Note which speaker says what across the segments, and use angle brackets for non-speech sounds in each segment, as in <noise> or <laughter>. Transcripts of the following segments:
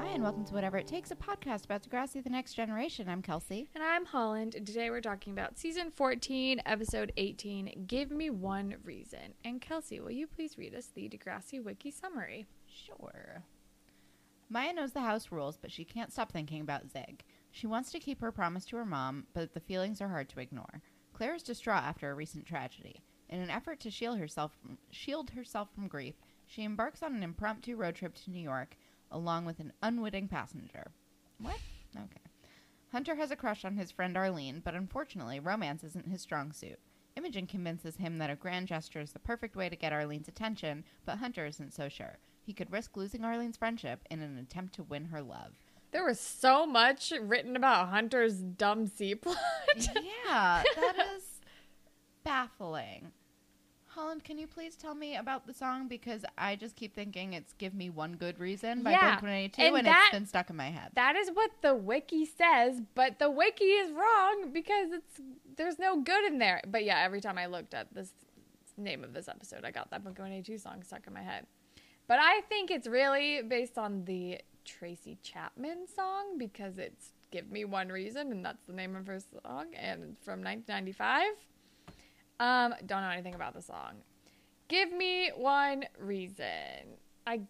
Speaker 1: Hi, and welcome to Whatever It Takes, a podcast about Degrassi, the next generation. I'm Kelsey.
Speaker 2: And I'm Holland, and today we're talking about season 14, episode 18 Give Me One Reason. And Kelsey, will you please read us the Degrassi Wiki summary?
Speaker 1: Sure. Maya knows the house rules, but she can't stop thinking about Zig. She wants to keep her promise to her mom, but the feelings are hard to ignore. Claire is distraught after a recent tragedy. In an effort to shield herself from, shield herself from grief, she embarks on an impromptu road trip to New York along with an unwitting passenger. What? Okay. Hunter has a crush on his friend Arlene, but unfortunately, romance isn't his strong suit. Imogen convinces him that a grand gesture is the perfect way to get Arlene's attention, but Hunter isn't so sure. He could risk losing Arlene's friendship in an attempt to win her love.
Speaker 2: There was so much written about Hunter's dumb C plot.
Speaker 1: <laughs> yeah, that is baffling. Holland, can you please tell me about the song? Because I just keep thinking it's Give Me One Good Reason by
Speaker 2: Yeah,
Speaker 1: Blink 182, and,
Speaker 2: and that-
Speaker 1: it's been stuck in my
Speaker 2: <laughs>
Speaker 1: head.
Speaker 2: That is what the wiki says, but the wiki is wrong because it's there's no good in there. But yeah, every time I looked at this name of this episode, I got that Blink 182 song stuck in my head. But I think it's really based on the Tracy Chapman song because it's Give Me One Reason, and that's the name of her song, and it's from 1995. Um, don't know anything about the song. Give me one reason. I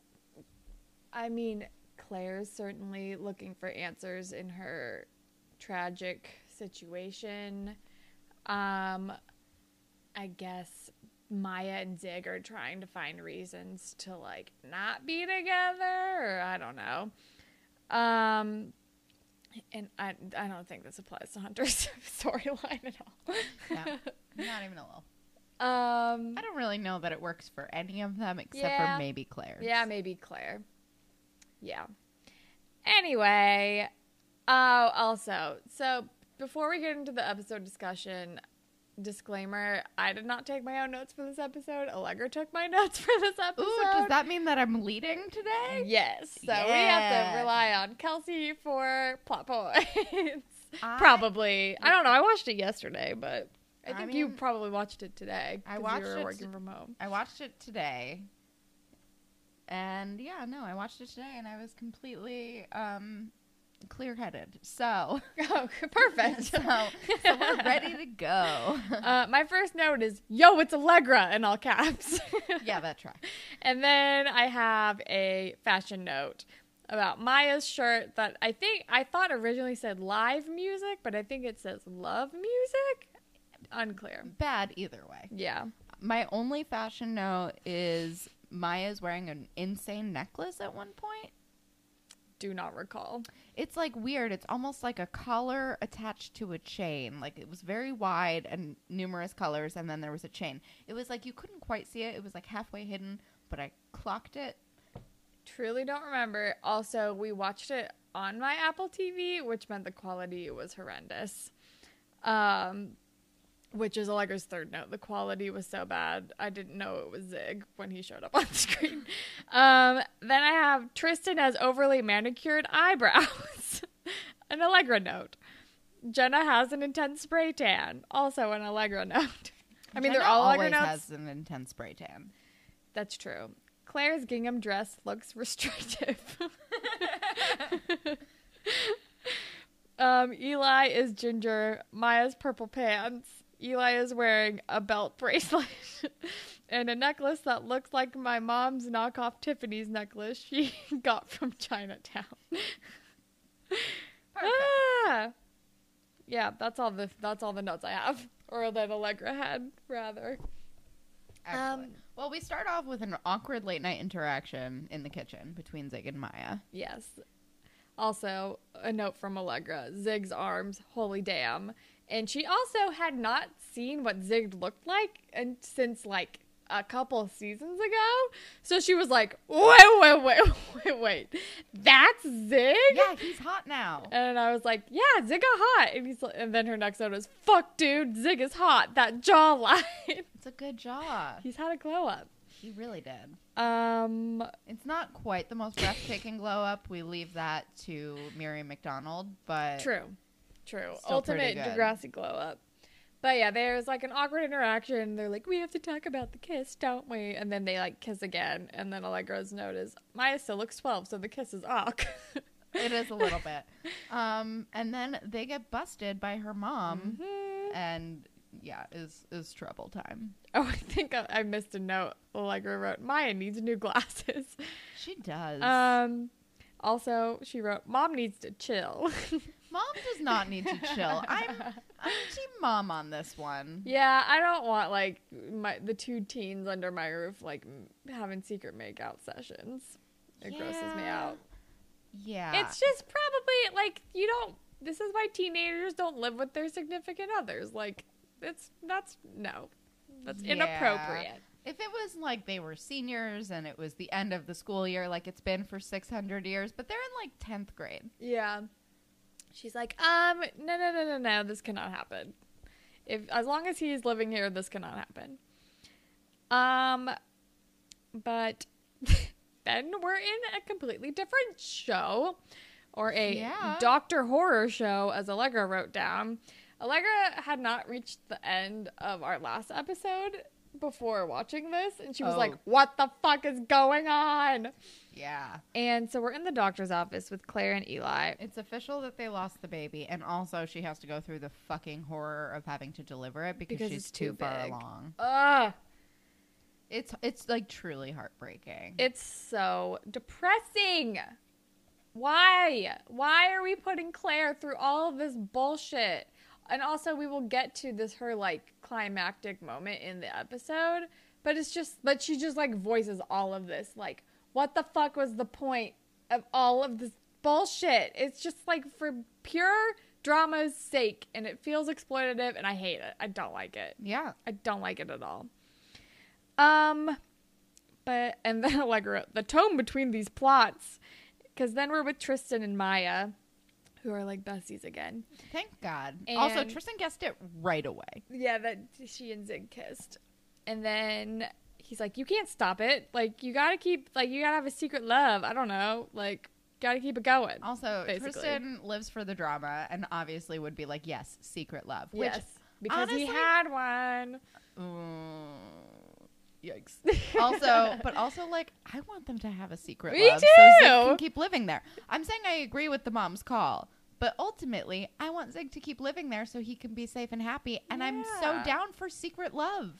Speaker 2: I mean, Claire's certainly looking for answers in her tragic situation. Um, I guess Maya and Zig are trying to find reasons to like not be together, or I don't know. Um, and I I don't think this applies to Hunter's <laughs> storyline at all.
Speaker 1: no, not even a little.
Speaker 2: Um,
Speaker 1: I don't really know that it works for any of them except
Speaker 2: Yeah.
Speaker 1: for maybe Claire.
Speaker 2: Yeah, maybe Claire. Yeah. Anyway, oh, also, so before we get into the episode discussion, disclaimer: I did not take my own notes for this episode. Allegra took my <laughs> notes for this
Speaker 1: Ooh,
Speaker 2: episode.
Speaker 1: does that mean that I'm leading today?
Speaker 2: Yes. So we have
Speaker 1: Yeah.
Speaker 2: to rely on Kelsey for plot points.
Speaker 1: <laughs> I-
Speaker 2: probably. I don't know. I watched it yesterday, but I
Speaker 1: I
Speaker 2: think you
Speaker 1: mean-
Speaker 2: probably watched it today.
Speaker 1: I
Speaker 2: 'cause
Speaker 1: watched
Speaker 2: you were
Speaker 1: it
Speaker 2: working
Speaker 1: t-
Speaker 2: from
Speaker 1: <laughs>
Speaker 2: home.
Speaker 1: I watched it today. And yeah, no, I watched it today and I was completely um clear headed. So, <laughs>
Speaker 2: Oh, <laughs> perfect.
Speaker 1: so, so we're ready to go.
Speaker 2: Uh, my first note is "Yo, it's Allegra" in all caps,
Speaker 1: <laughs>
Speaker 2: <laughs>
Speaker 1: yeah, that track.
Speaker 2: and then I have a fashion note about Maya's shirt that I think I thought originally said "live music," but I think it says "love music." Unclear.
Speaker 1: Bad either way.
Speaker 2: Yeah.
Speaker 1: My only fashion note is Maya's wearing an insane necklace at one point.
Speaker 2: Do not recall.
Speaker 1: It's like weird. It's almost like a collar attached to a chain. Like it was very wide and numerous colors, and then there was a chain. It was like you couldn't quite see it. It was like halfway hidden, but I clocked it.
Speaker 2: Truly don't remember. Also, we watched it on my Apple TV, which meant the quality was horrendous. Um, which is Allegra's third note. The quality was so bad, I didn't know it was Zig when he showed up on <laughs> screen. Um, then I have Tristan has overly manicured eyebrows, <laughs> an Allegra note. Jenna has an intense spray tan, also an Allegra note. I mean, they're
Speaker 1: Jenna
Speaker 2: all Allegra
Speaker 1: always
Speaker 2: notes.
Speaker 1: has an intense spray tan.
Speaker 2: That's true. Claire's gingham dress looks <laughs> restrictive. <laughs> um, Eli is ginger. Maya's purple pants. Eli is wearing a belt bracelet <laughs> and a necklace that looks like my mom's knockoff Tiffany's necklace she <laughs> got from Chinatown. Ah! Yeah, that's all the that's all the notes I have, or that Allegra had rather. Um,
Speaker 1: Excellent. well, we start off with an awkward late night interaction in the kitchen between Zig and Maya.
Speaker 2: <laughs> Yes. Also, a note from Allegra Zig's arms, holy damn. And she also had not seen what Zig looked like and since like a couple seasons ago. So she was like, wait, wait, <laughs> wait, wait, wait. That's Zig?
Speaker 1: Yeah, he's hot now.
Speaker 2: And I was like, yeah, Zig got hot. And, he's, and then her next note was, fuck, dude, Zig is hot. That jawline. <laughs>
Speaker 1: It's a good jaw.
Speaker 2: he's had a glow up.
Speaker 1: He really did.
Speaker 2: Um,
Speaker 1: It's not quite the most breathtaking glow up. We leave that to Miriam McDonald, but
Speaker 2: True. True.
Speaker 1: Still pretty
Speaker 2: Ultimate
Speaker 1: good.
Speaker 2: Degrassi glow up. But yeah, there's like an awkward interaction. They're like, we have to talk about the kiss, don't we? And then they like kiss again. And then Allegra's note is, Maya still looks 12, so the kiss is awk. <laughs>
Speaker 1: it is a little bit. Um, and then they get busted by her mom, and yeah, is is trouble time.
Speaker 2: oh, I think I, I missed a note. Allegra wrote, Maya needs new glasses.
Speaker 1: <laughs> She does.
Speaker 2: Um, also, she wrote, Mom needs to chill. <laughs>
Speaker 1: Mom does not need to chill. I'm I'm team mom on this one.
Speaker 2: yeah, I don't want like my, the two teens under my roof like m- having secret makeout sessions. It grosses me
Speaker 1: Yeah.
Speaker 2: out.
Speaker 1: Yeah,
Speaker 2: It's just probably like you don't. This is why teenagers don't live with their significant others. Like it's that's no, that's
Speaker 1: Yeah.
Speaker 2: inappropriate.
Speaker 1: if it was like they were seniors and it was the end of the school year, like it's been for six hundred years, but they're in like tenth grade.
Speaker 2: Yeah. She's like, um, no, no, no, no, no. This cannot happen. If as long as he's living here, this cannot happen. Um, but <laughs> then we're in a completely different show, or a
Speaker 1: Yeah.
Speaker 2: Doctor Horror show, as Allegra wrote down. Allegra had not reached the end of our last episode before watching this, and she was
Speaker 1: Oh.
Speaker 2: like, "What the fuck is going on?"
Speaker 1: Yeah,
Speaker 2: And so we're in the doctor's office with Claire and Eli.
Speaker 1: it's official that they lost the baby, and also she has to go through the fucking horror of having to deliver it because,
Speaker 2: Because
Speaker 1: she's
Speaker 2: it's
Speaker 1: too,
Speaker 2: too
Speaker 1: far
Speaker 2: big.
Speaker 1: along.
Speaker 2: Ugh,
Speaker 1: It's it's like truly heartbreaking.
Speaker 2: it's so depressing. Why? Why are we putting Claire through all of this bullshit? And also, we will get to this her like climactic moment in the episode, but it's just, but she just like voices all of this. Like, what the fuck was the point of all of this bullshit? It's just like for pure drama's sake, and it feels exploitative, and I hate it. I don't like it.
Speaker 1: yeah,
Speaker 2: I don't like it at all. Um, but and then <laughs> Allegra, the tone between these plots, because then we're with Tristan and Maya, who are like besties again.
Speaker 1: thank God. also,
Speaker 2: And-
Speaker 1: Tristan guessed it right away.
Speaker 2: Yeah, that she and Zig kissed, and then he's like, "You can't stop it. Like you gotta keep. Like you gotta have a secret love. I don't know. Like gotta keep it going."
Speaker 1: Also,
Speaker 2: Basically.
Speaker 1: Tristan lives for the drama and obviously would be like, yes, secret love. Which,
Speaker 2: yes, because he
Speaker 1: honestly-
Speaker 2: had one.
Speaker 1: Mm, yikes. <laughs> also,
Speaker 2: <laughs>
Speaker 1: but also, like, I want them to have a secret
Speaker 2: Me
Speaker 1: love so Zig
Speaker 2: too.
Speaker 1: can keep living there. I'm saying I agree with the mom's call, but ultimately, I want Zig to keep living there so he can be safe and happy. And I'm so
Speaker 2: Yeah.
Speaker 1: down for secret love.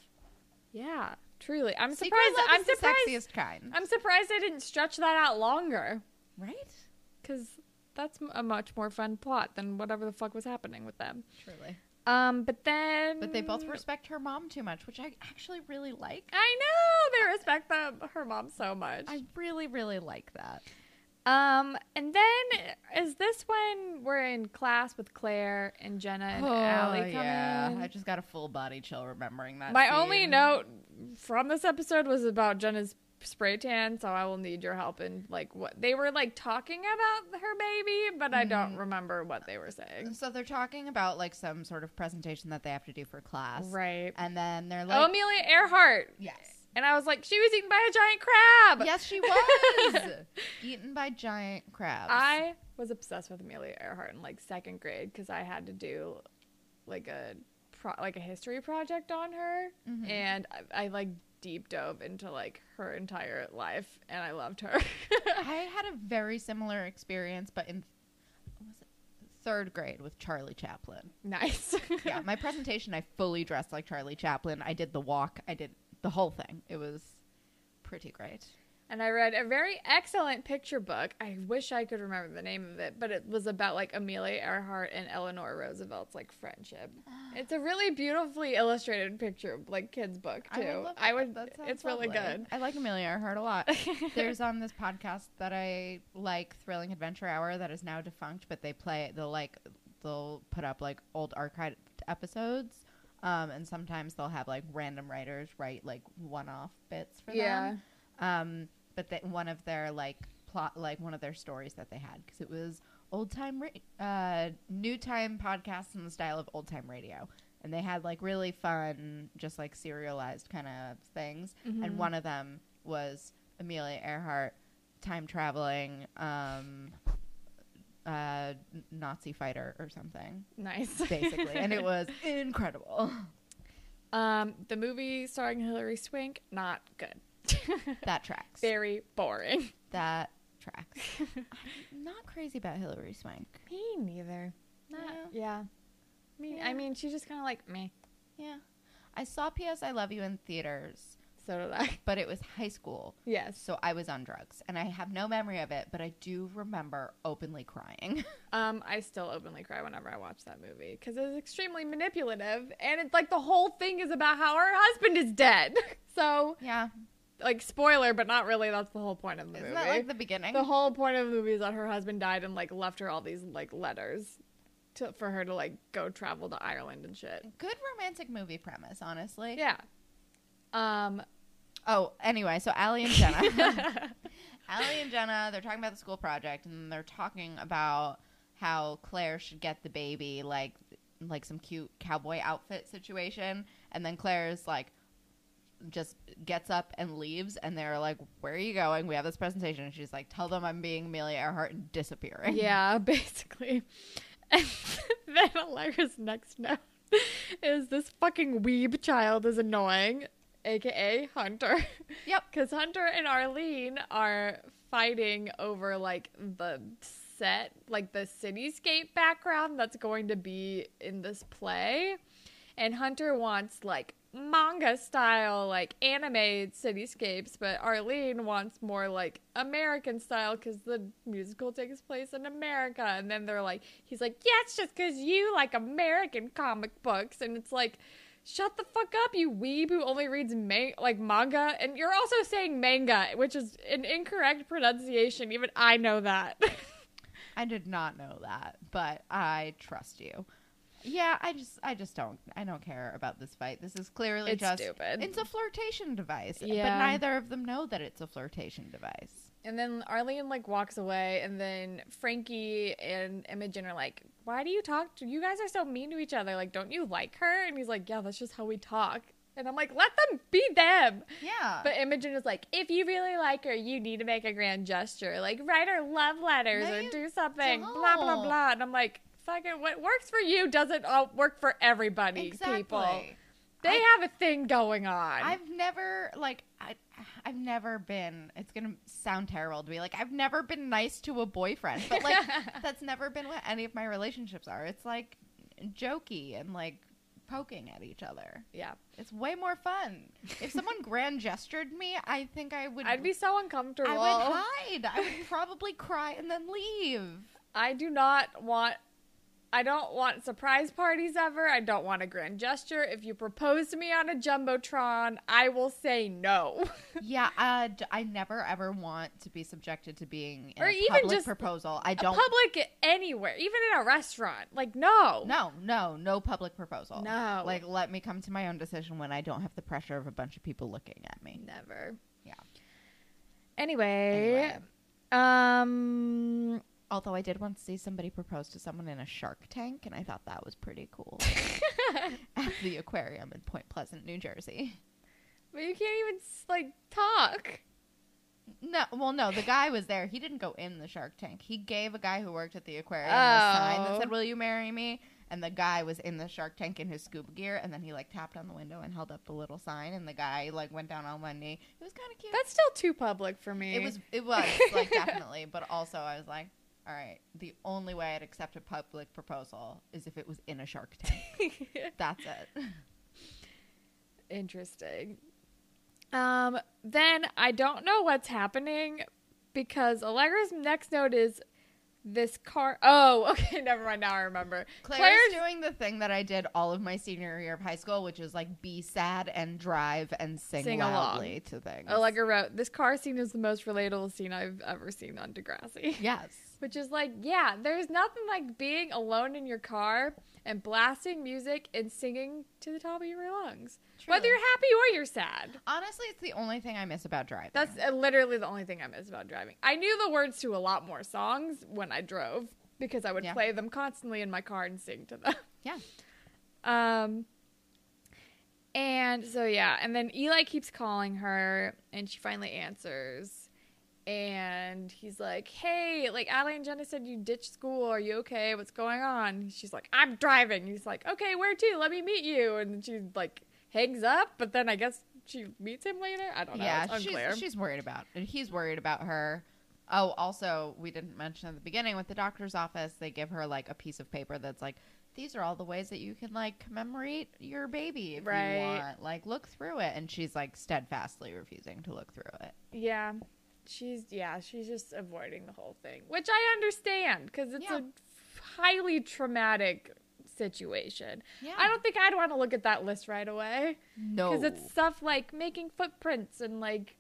Speaker 2: Yeah, truly. I'm
Speaker 1: secret
Speaker 2: surprised.
Speaker 1: love
Speaker 2: I'm
Speaker 1: is
Speaker 2: surprised.
Speaker 1: the sexiest kind,
Speaker 2: I'm surprised I didn't stretch that out longer.
Speaker 1: right?
Speaker 2: because that's m- a much more fun plot than whatever the fuck was happening with them.
Speaker 1: Truly.
Speaker 2: Um, but then,
Speaker 1: But they both respect her mom too much, which I actually really like.
Speaker 2: I know they respect the, her mom so much.
Speaker 1: I really, really like that.
Speaker 2: um, and then is this when we're in class with Claire and Jenna and Allie come in?
Speaker 1: Oh, I just got a full body chill remembering that.
Speaker 2: My only
Speaker 1: scene.
Speaker 2: note from this episode was about Jenna's spray tan, so I will need your help in like what they were like talking about her baby, but I don't
Speaker 1: Mm.
Speaker 2: remember what they were saying.
Speaker 1: So they're talking about like some sort of presentation that they have to do for class,
Speaker 2: Right.
Speaker 1: And then they're
Speaker 2: oh,
Speaker 1: like,
Speaker 2: Amelia Earhart.
Speaker 1: yes,
Speaker 2: And I was like, she was eaten by a giant crab.
Speaker 1: yes,
Speaker 2: <laughs>
Speaker 1: she was eaten by giant crabs.
Speaker 2: I was obsessed with Amelia Earhart in like second grade because I had to do like a pro- like a history project on her,
Speaker 1: Mm-hmm.
Speaker 2: and I, I like deep dove into like her entire life, and I loved her. <laughs>
Speaker 1: I had a very similar experience, but in what was it? third grade with Charlie Chaplin.
Speaker 2: nice.
Speaker 1: Yeah, my presentation, I fully dressed like Charlie Chaplin. I did the walk. I did the whole thing. It was pretty great.
Speaker 2: And I read a very excellent picture book. I wish I could remember the name of it, but it was about like Amelia Earhart and Eleanor Roosevelt's like friendship. It's a really beautifully illustrated picture, like kids book too. I would.
Speaker 1: love That sounds
Speaker 2: it's really
Speaker 1: lovely.
Speaker 2: good. <laughs>
Speaker 1: I like Amelia Earhart a lot. There's on this podcast that I like, Thrilling Adventure Hour, that is now defunct, but they play they'll like they'll put up like old archived episodes. Um, and sometimes they'll have like random writers write like one-off bits for them. Yeah. Um, but that one of their like plot, like one of their stories that they had, because it was old time, ra- uh, new time podcasts in the style of old time radio. and they had like really fun, just like serialized kind of things.
Speaker 2: Mm-hmm.
Speaker 1: And one of them was Amelia Earhart time traveling um, uh, Nazi fighter or something,
Speaker 2: Nice.
Speaker 1: basically. and
Speaker 2: <laughs>
Speaker 1: it was incredible.
Speaker 2: Um, the movie starring Hilary Swank, not good. <laughs>
Speaker 1: That tracks.
Speaker 2: Very boring.
Speaker 1: That tracks. I'm not crazy about Hillary Swank.
Speaker 2: Me <laughs> neither. Not,
Speaker 1: Yeah.
Speaker 2: yeah. Me,
Speaker 1: Yeah.
Speaker 2: I mean, she's just kind of like me.
Speaker 1: Yeah. I saw P.S. I Love You in theaters,
Speaker 2: So did I.
Speaker 1: but it was high school.
Speaker 2: Yes.
Speaker 1: So I was on drugs and I have no memory of it, but I do remember openly crying. <laughs>
Speaker 2: Um, I still openly cry whenever I watch that movie because it's extremely manipulative, and it's like the whole thing is about how her husband is dead. <laughs> So,
Speaker 1: yeah.
Speaker 2: like, spoiler, but not really. That's the whole point of the
Speaker 1: Isn't
Speaker 2: movie.
Speaker 1: that like the beginning?
Speaker 2: the whole point of the movie is that her husband died and like left her all these like letters to for her to like go travel to Ireland and shit.
Speaker 1: Good romantic movie premise, honestly.
Speaker 2: Yeah. Um.
Speaker 1: Oh, anyway, so Allie and Jenna. <laughs> Allie and Jenna, they're talking about the school project and they're talking about how Claire should get the baby like like some cute cowboy outfit situation and then Claire's like just gets up and leaves and they're like where are you going we have this presentation and she's like tell them i'm being amelia earhart and disappearing
Speaker 2: yeah, <laughs> basically. And <laughs> then Alira's next note is this fucking weeb child is annoying, aka Hunter. <laughs>
Speaker 1: yep
Speaker 2: Because Hunter and Arlene are fighting over like the set, like the cityscape background that's going to be in this play. And Hunter wants like manga style, like anime cityscapes, but Arlene wants more like American style because the musical takes place in America. And then they're like, he's like, yeah, it's just because you like American comic books. And it's like, Shut the fuck up, you weeb who only reads ma- like manga, and you're also saying manga, which is an incorrect pronunciation. Even I know that. <laughs>
Speaker 1: i did not know that but i trust you yeah i just i just don't i don't care about this fight this is clearly
Speaker 2: It's
Speaker 1: just
Speaker 2: stupid.
Speaker 1: it's a flirtation device
Speaker 2: Yeah.
Speaker 1: but neither of them know that it's a flirtation device
Speaker 2: and then Arlene like walks away, and then Frankie and Imogen are like, "Why do you talk? To- you guys are so mean to each other. Like, don't you like her?" And he's like, "Yeah, that's just how we talk." And I'm like, "Let them be them."
Speaker 1: yeah
Speaker 2: But Imogen is like, "If you really like her, you need to make a grand gesture, like write her love letters
Speaker 1: No,
Speaker 2: or
Speaker 1: you
Speaker 2: do something." Blah blah
Speaker 1: don't.
Speaker 2: blah. And I'm like, "Fucking, what works for you doesn't uh, work for everybody, people." They have a thing going on.
Speaker 1: I've never like I, I've never been. It's gonna sound terrible to be like I've never been nice to a boyfriend, but
Speaker 2: <laughs>
Speaker 1: like that's never been what any of my relationships are. It's like jokey and like poking at each other.
Speaker 2: yeah,
Speaker 1: It's way more fun.
Speaker 2: <laughs>
Speaker 1: If someone grand gestured me, I think I would.
Speaker 2: I'd be so uncomfortable.
Speaker 1: I would hide. I would probably cry and then
Speaker 2: <laughs>
Speaker 1: leave.
Speaker 2: I do not want. I don't want surprise parties ever. I don't want a grand gesture. If you propose to me on a jumbotron, I will say no. <laughs>
Speaker 1: Yeah, uh, d- I never ever want to be subjected to being in
Speaker 2: Or
Speaker 1: a
Speaker 2: even
Speaker 1: public
Speaker 2: just
Speaker 1: proposal. I
Speaker 2: A
Speaker 1: don't.
Speaker 2: Public anywhere, even in a restaurant. Like no.
Speaker 1: No, no, no public proposal.
Speaker 2: No.
Speaker 1: Like, let me come to my own decision when I don't have the pressure of a bunch of people looking at me.
Speaker 2: Never.
Speaker 1: Yeah.
Speaker 2: Anyway,
Speaker 1: Anyway.
Speaker 2: um,
Speaker 1: Although I did once see somebody propose to someone in a shark tank, and I thought that was pretty
Speaker 2: <laughs>
Speaker 1: cool. <laughs> at the aquarium in Point Pleasant, New Jersey.
Speaker 2: but you can't even s- like talk.
Speaker 1: No, well, no, the guy was there. He didn't go in the shark tank. He gave a guy who worked at the aquarium a sign that
Speaker 2: Oh.
Speaker 1: said, Will you marry me? And the guy was in the shark tank in his scuba gear, and then he like tapped on the window and held up the little sign, and the guy like went down on one knee. It was kind of cute.
Speaker 2: That's still too public for me.
Speaker 1: It was it was
Speaker 2: <laughs>
Speaker 1: like definitely, but also I was like, all right, the only way I'd accept a public proposal is if it was in a shark tank.
Speaker 2: <laughs>
Speaker 1: That's it.
Speaker 2: interesting. Um, then I don't know what's happening because Allegra's next note is this car. Oh, <laughs> okay, never mind. Now I remember.
Speaker 1: Claire's, doing the thing that I did all of my senior year of high school, which is like be sad and drive and sing,
Speaker 2: Sing along.
Speaker 1: loudly to things.
Speaker 2: Allegra wrote, "This car scene is the most relatable scene I've ever seen on Degrassi." <laughs>
Speaker 1: yes.
Speaker 2: Which is like, yeah, there's nothing like being alone in your car and blasting music and singing to the top of your lungs. Whether
Speaker 1: Truly.
Speaker 2: you're happy or you're sad.
Speaker 1: Honestly, it's the only thing I miss about driving.
Speaker 2: That's uh, literally the only thing I miss about driving. I knew the words to a lot more songs when I drove because I would
Speaker 1: Yeah.
Speaker 2: play them constantly in my car and sing to them.
Speaker 1: yeah.
Speaker 2: Um, and so yeah, and then Eli keeps calling her, and she finally answers, and he's like, "Hey, like Allie and Jenna said you ditched school. Are you okay? What's going on?" She's like, "I'm driving." He's like, "Okay, where to? Let me meet you." And she like hangs up, but then I guess she meets him later. I don't know.
Speaker 1: yeah,
Speaker 2: it's
Speaker 1: she's,
Speaker 2: unclear.
Speaker 1: she's worried about, and he's worried about her. Oh, also, we didn't mention at the beginning with the doctor's office, they give her like a piece of paper that's like, these are all the ways that you can like commemorate your baby if
Speaker 2: Right.
Speaker 1: you want. Like, look through it, and she's like steadfastly refusing to look through it.
Speaker 2: Yeah. She's yeah, she's just avoiding the whole thing, which I understand cuz it's
Speaker 1: Yeah.
Speaker 2: a highly traumatic situation.
Speaker 1: Yeah,
Speaker 2: I don't think I'd want to look at that list right away
Speaker 1: know
Speaker 2: cuz it's stuff like making footprints and like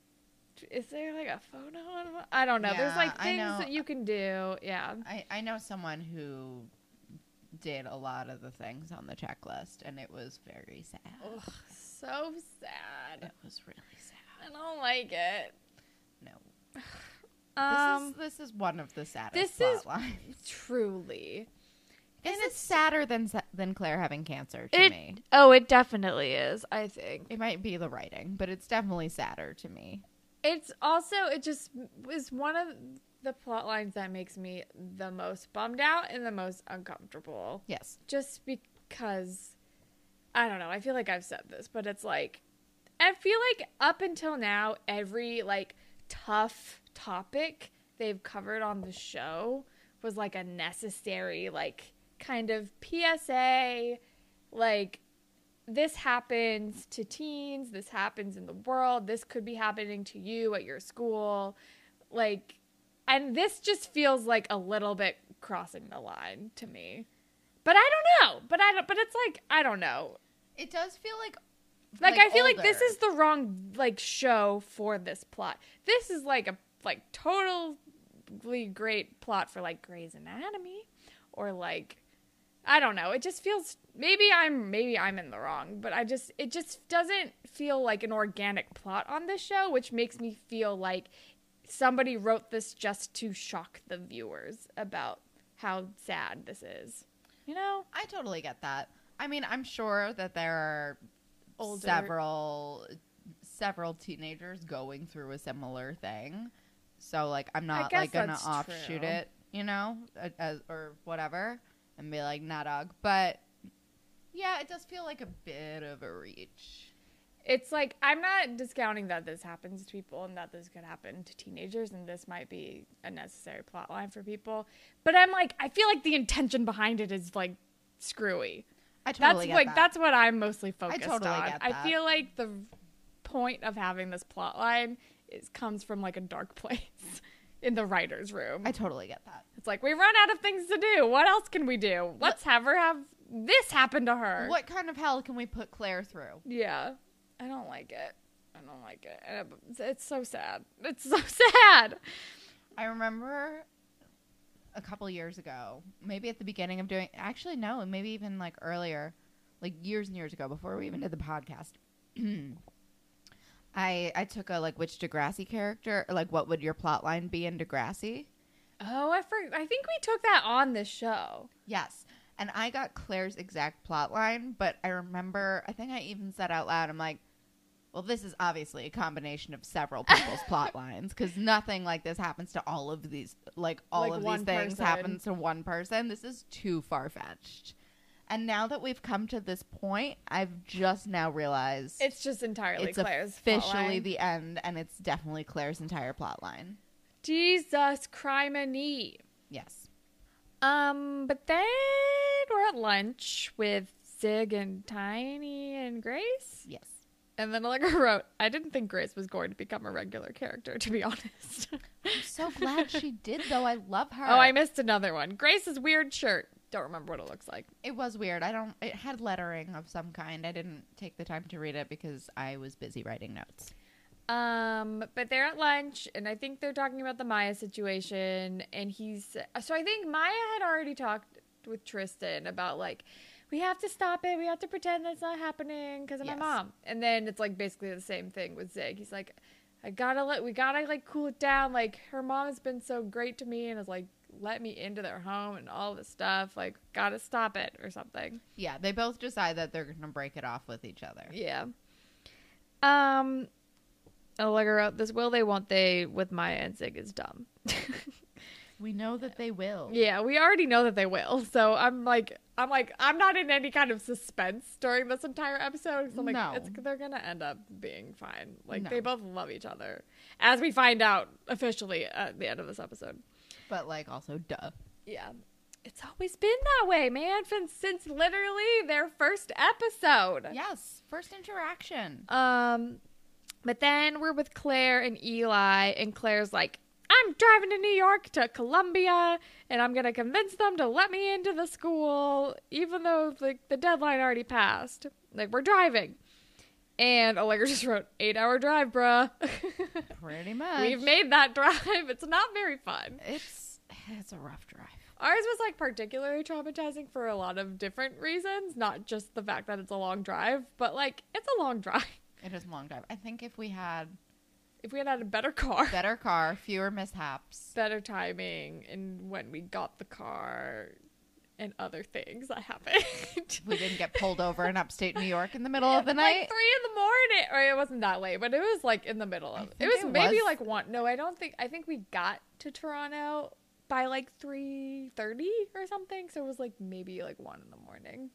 Speaker 2: is there like a phone on? I don't know. There's
Speaker 1: Yeah,
Speaker 2: like
Speaker 1: I
Speaker 2: things
Speaker 1: know.
Speaker 2: that you can do. Yeah.
Speaker 1: I, I know someone who did a lot of the things on the checklist, and it was very sad.
Speaker 2: Ugh, so sad.
Speaker 1: It was really sad.
Speaker 2: I don't like it.
Speaker 1: No,
Speaker 2: Um
Speaker 1: this is this is one of the saddest.
Speaker 2: this is-
Speaker 1: plot lines.
Speaker 2: truly.
Speaker 1: <laughs> and it's sadder than sa- than Claire having cancer to
Speaker 2: It
Speaker 1: me.
Speaker 2: Oh, it definitely is, I think.
Speaker 1: It might be the writing, but it's definitely sadder to me.
Speaker 2: It's also it just was one of the plot lines that makes me the most bummed out and the most uncomfortable.
Speaker 1: Yes,
Speaker 2: Just because I don't know, I feel like I've said this, but it's like I feel like up until now every like tough topic they've covered on the show was like a necessary like kind of PSA like this happens to teens, this happens in the world, this could be happening to you at your school. Like, and this just feels like a little bit crossing the line to me. But I don't know. But I don't, but it's like, I don't know.
Speaker 1: it does feel like
Speaker 2: Like, I feel like this is the wrong, like, show for this plot. This is like a, like, totally great plot for, like, Grey's Anatomy or, like, I don't know. It just feels maybe I'm maybe I'm in the wrong, but I just it just doesn't feel like an organic plot on this show, which makes me feel like somebody wrote this just to shock the viewers about how sad this is. You know?
Speaker 1: I totally get that. I mean, I'm sure that there are
Speaker 2: Older-
Speaker 1: several several teenagers going through a similar thing. So like, I'm not
Speaker 2: guess
Speaker 1: like gonna
Speaker 2: that's
Speaker 1: offshoot
Speaker 2: true.
Speaker 1: it, you know, a- as, or whatever, and be like, nah, dog. But yeah, it does feel like a bit of a reach.
Speaker 2: It's like I'm not discounting that this happens to people and that this could happen to teenagers and this might be a necessary plot line for people. But I'm like I feel like the intention behind it is like screwy.
Speaker 1: I totally
Speaker 2: that's
Speaker 1: get
Speaker 2: like
Speaker 1: that.
Speaker 2: that's what I'm mostly focused
Speaker 1: totally
Speaker 2: on.
Speaker 1: get that.
Speaker 2: I feel like the point of having this plot line is comes from like a dark <laughs> place in the writer's room.
Speaker 1: I totally get that.
Speaker 2: it's like we run out of things to do. What else can we do? Let's have her have this happen to her.
Speaker 1: What kind of hell can we put Claire through?
Speaker 2: Yeah. I don't like it. I don't like it. And it- It's so sad. It's so <laughs> sad.
Speaker 1: I remember a couple years ago, maybe at the beginning of doing, actually, no, maybe even like earlier, like years and years ago, before we even did the podcast. <clears throat> I I took a like which Degrassi character, or, like what would your plot line be in Degrassi?
Speaker 2: Oh, I for- I think we took that on this show.
Speaker 1: Yes. And I got Claire's exact plot line, but I remember, I think I even said out loud, I'm like, well, this is obviously a combination of
Speaker 2: <laughs>
Speaker 1: several people's plot lines because nothing like this happens to all of these, like all
Speaker 2: Like
Speaker 1: of these
Speaker 2: one
Speaker 1: things
Speaker 2: person.
Speaker 1: happens to one person. This is too far fetched. And now that we've come to this point, I've just now realized
Speaker 2: It's just entirely
Speaker 1: it's
Speaker 2: Claire's
Speaker 1: officially
Speaker 2: plotline.
Speaker 1: the end, and it's definitely Claire's entire plot line.
Speaker 2: Jesus criminy.
Speaker 1: Yes.
Speaker 2: Um, but then we're at lunch with Zig and Tiny and Grace.
Speaker 1: Yes.
Speaker 2: And then Allegra wrote, <laughs> I didn't think Grace was going to become a regular character, to be <laughs> honest.
Speaker 1: I'm so glad she did, though. I love her.
Speaker 2: oh, I missed another one. Grace's weird shirt. Don't remember what it looks like.
Speaker 1: It was weird. I don't. It had lettering of some kind. I didn't take the time to read it because I was busy writing notes.
Speaker 2: Um, but they're at lunch, and I think they're talking about the Maya situation. And he's so I think Maya had already talked with Tristan about like we have to stop it, we have to pretend that's not happening because of
Speaker 1: Yes.
Speaker 2: my mom. And then it's like basically the same thing with Zig. He's like, I gotta let we gotta like cool it down. Like her mom has been so great to me, and is like let me into their home and all this stuff. Like, gotta stop it or something.
Speaker 1: Yeah, they both decide that they're going to break it off with each other.
Speaker 2: Yeah. Um, Allegra wrote this will they, won't they with Maya and Zig is dumb. <laughs>
Speaker 1: We know that they will.
Speaker 2: yeah, we already know that they will. So I'm like, I'm like, I'm not in any kind of suspense during this entire episode. 'cause I'm like,
Speaker 1: No.
Speaker 2: it's, they're gonna end up being fine. Like,
Speaker 1: No.
Speaker 2: they both love each other, as we find out officially at the end of this episode.
Speaker 1: But, like, also, duh.
Speaker 2: Yeah. It's always been that way, man, since since literally their first episode.
Speaker 1: Yes, first interaction.
Speaker 2: Um but then we're with Claire and Eli and Claire's like, "I'm driving to New York to Columbia and I'm going to convince them to let me into the school even though like the deadline already passed. Like we're driving." And Allegra <laughs> just wrote, eight hour drive, bruh. <laughs>
Speaker 1: Pretty much.
Speaker 2: We've made that <laughs> drive. It's not very fun.
Speaker 1: It's, it's a rough drive.
Speaker 2: Ours was like particularly traumatizing for a lot of different reasons, not just the fact that it's a long drive, but like it's a long <laughs> drive.
Speaker 1: It is a long drive. I think if we had
Speaker 2: If we had had a better car,
Speaker 1: better car, fewer mishaps.
Speaker 2: better timing, and when we got the car and other things that
Speaker 1: <laughs>
Speaker 2: happened. <laughs>
Speaker 1: We didn't get pulled over in upstate New York in the middle of the
Speaker 2: Like,
Speaker 1: night.
Speaker 2: three in the morning, or it wasn't that late, but it was like in the middle of. It
Speaker 1: think
Speaker 2: was
Speaker 1: it
Speaker 2: maybe
Speaker 1: was-
Speaker 2: like one. No, I don't think. I think we got to Toronto by like three thirty or something. So it was like maybe like one in the morning.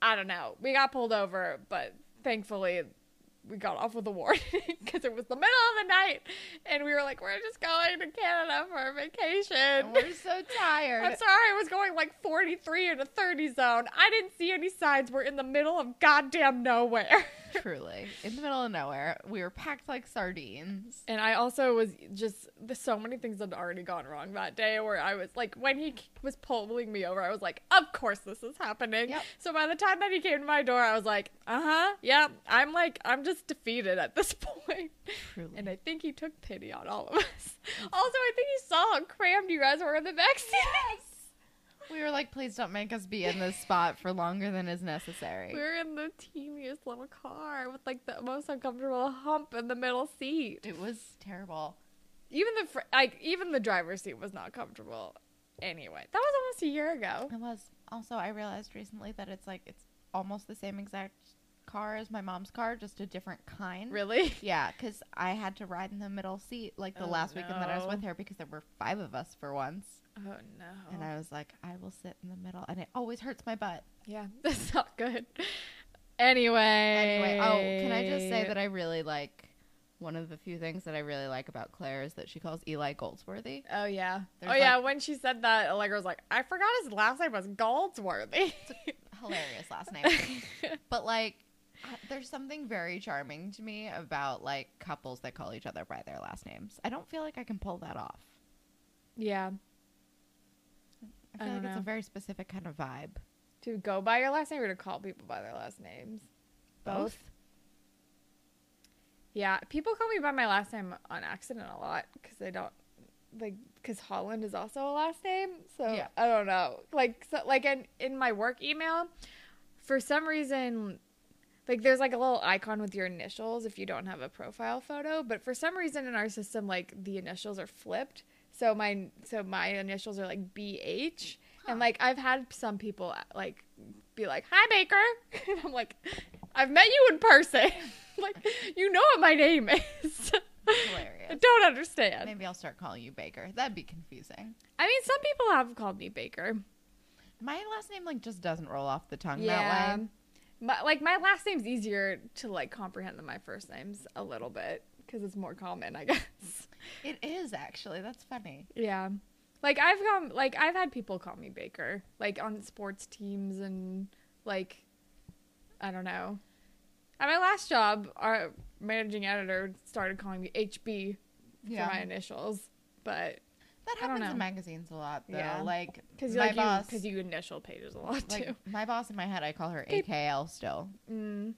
Speaker 2: I don't know. We got pulled over, but thankfully we got off with a <laughs> warning because it was the middle of the night, and we were like, we're just going to Canada for a vacation.
Speaker 1: And we're so
Speaker 2: I'm
Speaker 1: tired.
Speaker 2: sorry, I was going like 43 in a 30 zone. I didn't see any signs. We're in the middle of goddamn nowhere. <laughs>
Speaker 1: Truly. In the middle of nowhere. We were packed like sardines.
Speaker 2: And I also was just there's so many things had already gone wrong that day. Where I was like, when he was pulling me over, I was like, of course this is happening.
Speaker 1: Yep.
Speaker 2: So by the time that he came to my door, I was like, uh huh, yeah. I'm like, I'm just defeated at this <laughs> point.
Speaker 1: Truly.
Speaker 2: And I think he took pity on all of us. <laughs> Also, I think he saw how crammed you guys were in the back seat.
Speaker 1: we were like, please don't make us be in this spot for longer than is <laughs> necessary.
Speaker 2: We were in the teeniest little car with like the most uncomfortable hump in the middle seat.
Speaker 1: it was terrible.
Speaker 2: Even the fr- like even the driver's seat was not comfortable. Anyway, that was almost a year ago.
Speaker 1: It was. Also, I realized recently that it's like, it's almost the same exact car as my mom's car, just a different kind.
Speaker 2: Really?
Speaker 1: Yeah, because I had to ride in the middle seat like the
Speaker 2: Oh,
Speaker 1: last weekend that I was
Speaker 2: no.
Speaker 1: with her because there were five of us for once.
Speaker 2: Oh no.
Speaker 1: And I was like, I will sit in the middle. And it always hurts my butt.
Speaker 2: yeah, <laughs> that's not good. Anyway.
Speaker 1: Anyway, oh, can I just say that I really like one of the few things that I really like about Claire is that she calls Eli
Speaker 2: <laughs>
Speaker 1: Goldsworthy.
Speaker 2: Oh yeah.
Speaker 1: There's,
Speaker 2: oh yeah.
Speaker 1: like-
Speaker 2: when she said that, Allegra was like, "I forgot his last name was
Speaker 1: <laughs>
Speaker 2: Goldsworthy." <laughs>
Speaker 1: Hilarious last name. but like, I- there's something very charming to me about like couples that call each other by their last names. I don't feel like I can pull that off.
Speaker 2: yeah.
Speaker 1: I
Speaker 2: I
Speaker 1: feel like
Speaker 2: don't
Speaker 1: it's a
Speaker 2: know.
Speaker 1: very specific kind of vibe.
Speaker 2: To go by your last name or to call people by their last names? Yeah, people call me by my last name on accident a lot because they don't like because Holland is also a last name. So
Speaker 1: Yeah.
Speaker 2: I don't know. Like so, like in in my work email, for some reason, like there's like a little icon with your initials if you don't have a profile photo. But for some reason in our system, like the initials are flipped. So my so my initials are like B H. And like I've had some people uh, like be like, "Hi Baker," <laughs> and I'm like, "I've met you in person. <laughs> like you know what my name is. <laughs> I
Speaker 1: Hilarious.
Speaker 2: don't understand.
Speaker 1: Maybe I'll start calling you Baker. That'd be confusing.
Speaker 2: I mean, some people have called me Baker.
Speaker 1: My last name like just doesn't roll off the tongue that way.
Speaker 2: My, like my last name's easier to like comprehend than my first name's a little bit because it's more common, I <laughs> guess.
Speaker 1: It is actually. That's funny.
Speaker 2: Yeah. Like I've come like I've had people call me Baker like on sports teams and like I don't know. At my last job, our managing editor started calling me HB
Speaker 1: Yeah.
Speaker 2: for my initials, but
Speaker 1: That
Speaker 2: I don't
Speaker 1: happens in
Speaker 2: know.
Speaker 1: magazines a lot though.
Speaker 2: Yeah.
Speaker 1: Like
Speaker 2: because
Speaker 1: my
Speaker 2: like you
Speaker 1: boss,
Speaker 2: because you initial pages a lot
Speaker 1: like
Speaker 2: too.
Speaker 1: my boss in my head, I call her
Speaker 2: Hey.
Speaker 1: AKL still.
Speaker 2: Mm.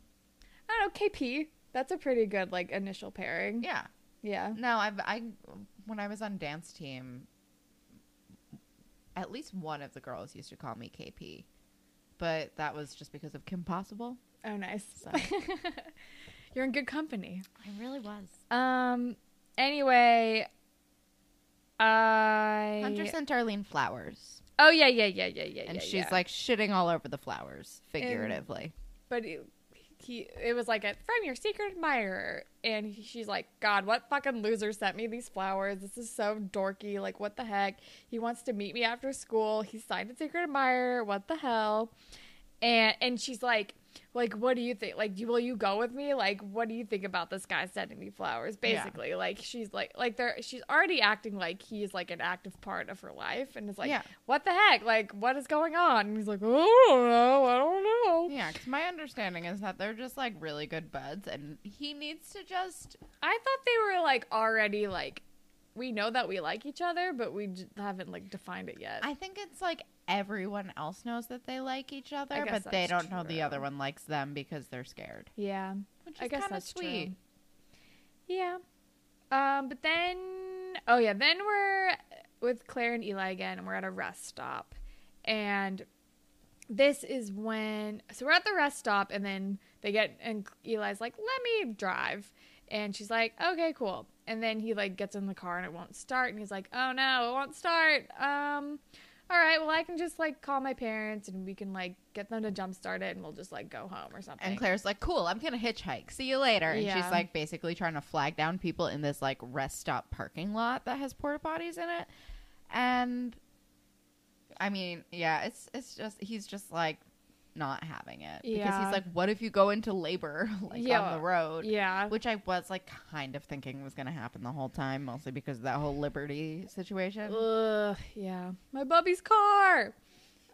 Speaker 2: I don't know KP. That's a pretty good like initial pairing.
Speaker 1: Yeah.
Speaker 2: Yeah.
Speaker 1: No, I've I when I was on dance team, at least one of the girls used to call me KP, but that was just because of Kim Possible.
Speaker 2: Oh, nice.
Speaker 1: So.
Speaker 2: <laughs> You're in good company.
Speaker 1: I really was.
Speaker 2: Um. Anyway, I.
Speaker 1: Hunter sent Arlene flowers,
Speaker 2: oh yeah, yeah, yeah, yeah, yeah.
Speaker 1: and
Speaker 2: yeah,
Speaker 1: she's
Speaker 2: yeah.
Speaker 1: like shitting all over the flowers, figuratively.
Speaker 2: but it, he, it was like a from your secret admirer, and he- she's like, God, what fucking loser sent me these flowers? This is so dorky. Like, what the heck? He wants to meet me after school. He signed a secret admirer. What the hell? And and she's like. Like, what do you think? Like, you, will you go with me? Like, what do you think about this guy sending me flowers?
Speaker 1: Yeah.
Speaker 2: Basically, like she's like, like they're she's already acting like he's like an active part of her life, and it's like,
Speaker 1: Yeah.
Speaker 2: what the heck? Like, what is going on? And he's like, oh, I don't know, I don't know.
Speaker 1: Yeah, because my understanding is that they're just like really good buds, and he needs to just
Speaker 2: I thought they were like already like we know that we like each other, but we j- haven't like defined it yet.
Speaker 1: I think it's like everyone else knows that they like each other,
Speaker 2: guess
Speaker 1: but they
Speaker 2: that's
Speaker 1: don't know the other
Speaker 2: true.
Speaker 1: one likes them because they're scared.
Speaker 2: yeah,
Speaker 1: Which
Speaker 2: I
Speaker 1: is
Speaker 2: guess
Speaker 1: kind of
Speaker 2: that's true.
Speaker 1: sweet.
Speaker 2: yeah. Um, but then oh yeah, then we're with Claire and Eli again, and we're at a rest stop, and this is when so we're at the rest stop, and then they get and Eli's like, "Let me drive," and she's like, "Okay, cool." And then he like gets in the car and it won't start, and he's like, "Oh no, it won't start." Um. all right, well, I can just like call my parents and we can like get them to jumpstart it and we'll just like go home or something.
Speaker 1: And Claire's like, cool, I'm going to hitchhike. See you later. And
Speaker 2: Yeah.
Speaker 1: she's like basically trying to flag down people in this like rest stop parking lot that has porta potties in it. And I mean, yeah, it's it's just he's just like not having it because
Speaker 2: Yeah.
Speaker 1: he's like what if you go into labor <laughs> like
Speaker 2: Yeah.
Speaker 1: on the road?
Speaker 2: yeah.
Speaker 1: Which I was like kind of thinking was going to happen the whole time mostly because of that whole liberty situation.
Speaker 2: Ugh, yeah. My Bubby's car.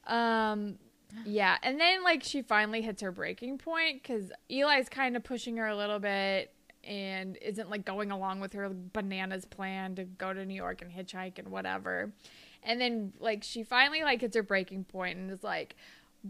Speaker 2: Um, yeah. And then, like, she finally hits her breaking point because Eli's kind of pushing her a little bit and isn't, like, going along with her bananas plan to go to New York and hitchhike and whatever. And then, like, she finally, like, hits her breaking point and is like,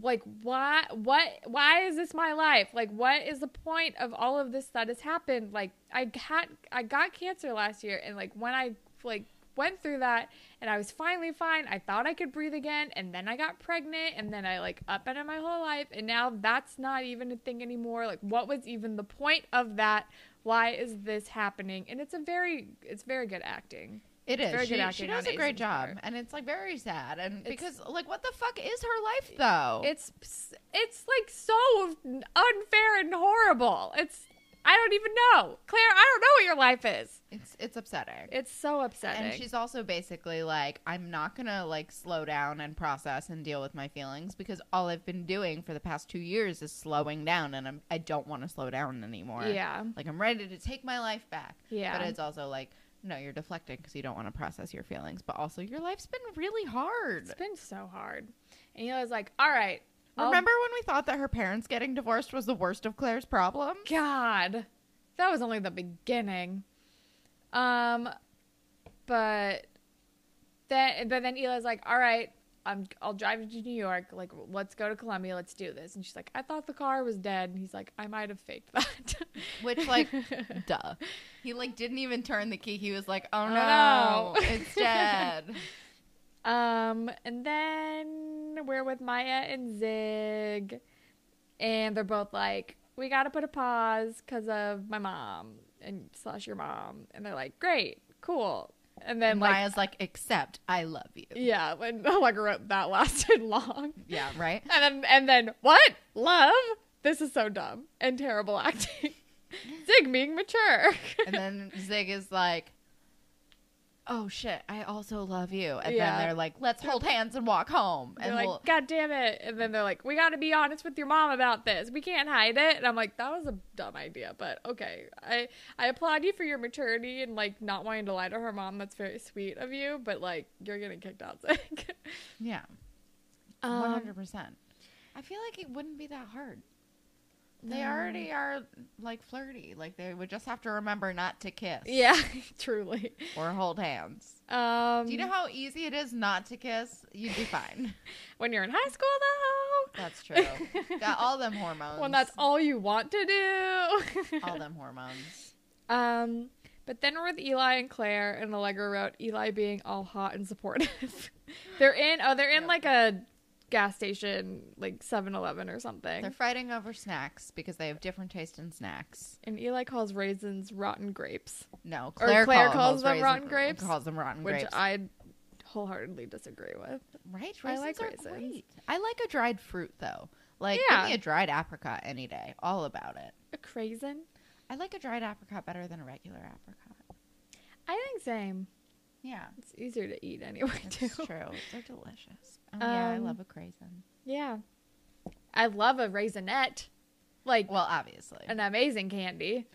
Speaker 2: like why what why is this my life like what is the point of all of this that has happened like i had i got cancer last year and like when i like went through that and i was finally fine i thought i could breathe again and then i got pregnant and then i like upended my whole life and now that's not even a thing anymore like what was even the point of that why is this happening and it's a very it's very good acting
Speaker 1: It is.
Speaker 2: very
Speaker 1: She,
Speaker 2: good
Speaker 1: she
Speaker 2: acting on
Speaker 1: does a great
Speaker 2: Aizen's
Speaker 1: job,
Speaker 2: part.
Speaker 1: and it's like very sad, and
Speaker 2: It's-
Speaker 1: because like, what the fuck is her life though?
Speaker 2: It's it's like so unfair and horrible. It's I don't even know, Claire. I don't know what your life is.
Speaker 1: it's it's upsetting.
Speaker 2: It's so upsetting.
Speaker 1: and she's also basically like, I'm not gonna like slow down and process and deal with my feelings because all I've been doing for the past two years is slowing down, and I'm I don't want to slow down anymore.
Speaker 2: yeah,
Speaker 1: like I'm ready to take my life back.
Speaker 2: Yeah.
Speaker 1: but it's also like, no, you're deflecting because you don't want to process your feelings, but also your life's been really hard.
Speaker 2: it's been so hard. And Eli's like, all right, I'll-
Speaker 1: Remember when we thought that her parents getting divorced was the worst of Claire's problems?
Speaker 2: God, that was only the beginning. Um, but then, but then Eli's like, "All right, I'm, I'll drive you to New York. Like, let's go to Columbia. Let's do this." And she's like, "I thought the car was dead." And he's like, "I might have faked that." <laughs>
Speaker 1: Which like, duh. He like didn't even turn the key. He was like, "Oh
Speaker 2: no.
Speaker 1: no, it's dead."
Speaker 2: um, and then we're with Maya and Zig, and they're both like, "We got to put a pause because of my mom and slash your mom." And they're like, "Great, cool." And then
Speaker 1: And
Speaker 2: like
Speaker 1: Maya's like, "Except I love you."
Speaker 2: Yeah, when <laughs> oh, like wrote that lasted <laughs> long.
Speaker 1: Yeah, <laughs> right.
Speaker 2: And then and then what? Love? This is so dumb and terrible acting. <laughs> Zig being mature. <laughs>
Speaker 1: And then Zig is like, "Oh shit, I also love you." And
Speaker 2: Yeah.
Speaker 1: then they're like, "Let's hold hands and walk home."
Speaker 2: They're
Speaker 1: And
Speaker 2: like,
Speaker 1: we'll-
Speaker 2: God damn it. And then they're like, We gotta be honest with your mom about this. We can't hide it. And I'm like, that was a dumb idea, but okay. I I applaud you for your maturity and like not wanting to lie to her mom. That's very sweet of you, but like you're getting kicked out, <laughs> Zig.
Speaker 1: yeah,
Speaker 2: Uh-huh.
Speaker 1: one hundred percent. I feel like it wouldn't be that hard. They
Speaker 2: No.
Speaker 1: already are like flirty. Like they would just have to remember not to kiss
Speaker 2: <laughs> Yeah, <laughs> truly.
Speaker 1: or hold hands.
Speaker 2: Um
Speaker 1: Do you know how easy it is not to kiss? You'd be
Speaker 2: <laughs>
Speaker 1: fine.
Speaker 2: when you're in high school though.
Speaker 1: That's
Speaker 2: <laughs>
Speaker 1: true. Got all them hormones.
Speaker 2: when that's all you want
Speaker 1: <laughs>
Speaker 2: to do. <laughs>
Speaker 1: all them hormones.
Speaker 2: um, but then we're with Eli and Claire, and <laughs> Allegra wrote Eli being all hot and supportive. they're in. Oh, they're in
Speaker 1: Yep.
Speaker 2: like a gas station, like 7 Eleven or something.
Speaker 1: They're fighting over snacks because they have different taste in snacks.
Speaker 2: and Eli calls raisins rotten grapes,
Speaker 1: No,
Speaker 2: Or
Speaker 1: Claire,
Speaker 2: Claire
Speaker 1: call-
Speaker 2: calls
Speaker 1: calls
Speaker 2: them
Speaker 1: raisin-
Speaker 2: rotten grapes,
Speaker 1: Calls them rotten
Speaker 2: which
Speaker 1: grapes.
Speaker 2: I wholeheartedly disagree with.
Speaker 1: right?
Speaker 2: I
Speaker 1: Raisins
Speaker 2: like
Speaker 1: are
Speaker 2: raisins.
Speaker 1: great. I like a dried fruit though. Like
Speaker 2: Yeah.
Speaker 1: give me a dried apricot any day. All about it.
Speaker 2: A craisin?
Speaker 1: I like a dried apricot better than a regular apricot.
Speaker 2: I think same.
Speaker 1: Yeah,
Speaker 2: <laughs> It's easier to eat anyway, too.
Speaker 1: it's true. They're delicious. Oh yeah, I
Speaker 2: Um,
Speaker 1: love a craisin.
Speaker 2: <laughs> Yeah. I love a raisinette. Like,
Speaker 1: Well, obviously,
Speaker 2: an amazing candy.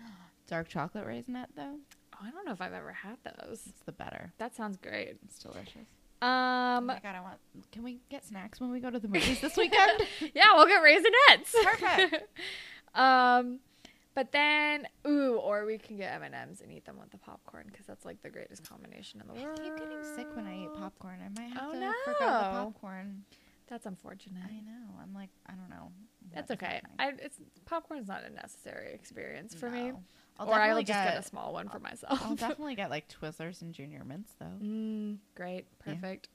Speaker 1: dark chocolate raisinette though.
Speaker 2: Oh, I don't know if I've ever had those.
Speaker 1: It's the better.
Speaker 2: That sounds great.
Speaker 1: It's delicious. oh
Speaker 2: Um,
Speaker 1: my god, I want. Can we get snacks when we go to the movies this
Speaker 2: <laughs>
Speaker 1: weekend?
Speaker 2: yeah, we'll get
Speaker 1: <laughs>
Speaker 2: raisinettes.
Speaker 1: Perfect.
Speaker 2: um, but then, ooh, or we can get M and M's and eat them with the popcorn because that's like the greatest combination in the
Speaker 1: I
Speaker 2: world.
Speaker 1: keep getting sick when I eat popcorn. I might have
Speaker 2: Oh,
Speaker 1: to forgo the
Speaker 2: no.
Speaker 1: popcorn.
Speaker 2: That's unfortunate.
Speaker 1: I know. I'm like, I don't know. what
Speaker 2: That's
Speaker 1: is
Speaker 2: okay.
Speaker 1: happening.
Speaker 2: I, it's popcorn's not a necessary experience for me.
Speaker 1: No. I'll
Speaker 2: or I'll
Speaker 1: definitely
Speaker 2: just get,
Speaker 1: get-
Speaker 2: a small one for
Speaker 1: <laughs> I'll
Speaker 2: myself. <laughs>
Speaker 1: definitely get like Twizzlers and Junior Mints though.
Speaker 2: mm, great,
Speaker 1: <laughs>
Speaker 2: perfect.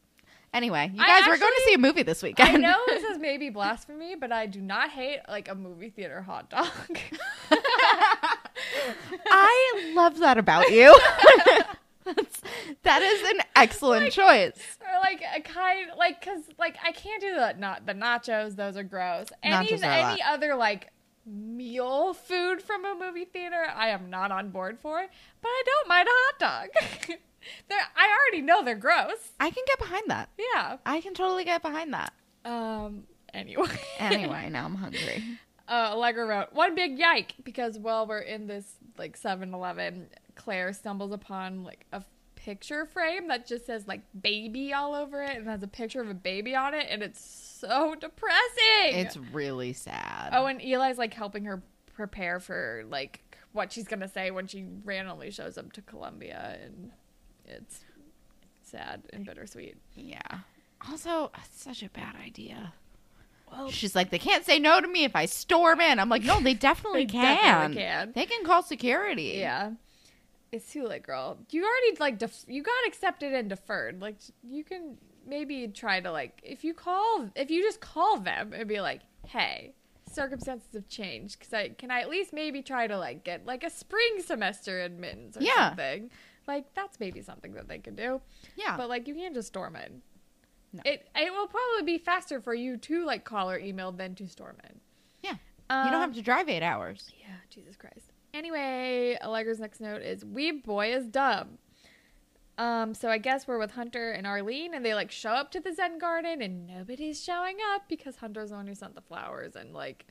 Speaker 1: Anyway, you
Speaker 2: I
Speaker 1: guys we're going to
Speaker 2: actually-
Speaker 1: see a movie this
Speaker 2: I
Speaker 1: weekend.
Speaker 2: know this is maybe blasphemy, but I do not hate like a movie theater hot dog.
Speaker 1: <laughs>
Speaker 2: <laughs>
Speaker 1: I love that about
Speaker 2: <laughs>
Speaker 1: you. <laughs> That's, that is an excellent choice.
Speaker 2: Or like a kind, like because like I can't do the not the nachos; those are gross. Any
Speaker 1: Nachos are a
Speaker 2: any other like meal food from a movie theater, I am not on board for. But I don't mind a hot dog. <laughs> they're I already know they're gross.
Speaker 1: I can get behind that.
Speaker 2: Yeah.
Speaker 1: I can totally get behind that.
Speaker 2: Um. Anyway.
Speaker 1: Anyway, now I'm
Speaker 2: <laughs>
Speaker 1: hungry.
Speaker 2: Uh, Allegra wrote one big yike because while we're in this like 7-Eleven, Claire stumbles upon like a picture frame that just says like baby all over it and has a picture of a baby on it and it's so depressing.
Speaker 1: It's really sad.
Speaker 2: oh, and Eli's like helping her prepare for like what she's gonna say when she randomly shows up to Columbia and it's sad and bittersweet.
Speaker 1: yeah. Also, it's such a bad idea. She's like, they can't say no to me if I storm in. I'm like, no, they definitely
Speaker 2: <laughs> They
Speaker 1: can.
Speaker 2: definitely can.
Speaker 1: They can call security.
Speaker 2: Yeah. It's too late, girl. You already like def- you got accepted and deferred. Like you can maybe try to like if you call if you just call them and be like, "Hey, circumstances have changed. Cuz I can I at least maybe try to like get like a spring semester admittance or
Speaker 1: Yeah.
Speaker 2: something." Like that's maybe something that they could do.
Speaker 1: Yeah.
Speaker 2: But like you can't just storm in.
Speaker 1: No.
Speaker 2: It it will probably be faster for you to like call or email than to storm in.
Speaker 1: yeah. you don't
Speaker 2: Um,
Speaker 1: have to drive eight hours.
Speaker 2: yeah, Jesus Christ. Anyway, Allegra's next note is "We boy is dumb." Um, so I guess we're with Hunter and Arlene, and they like show up to the Zen Garden, and nobody's showing up because Hunter's the one who sent the flowers, and like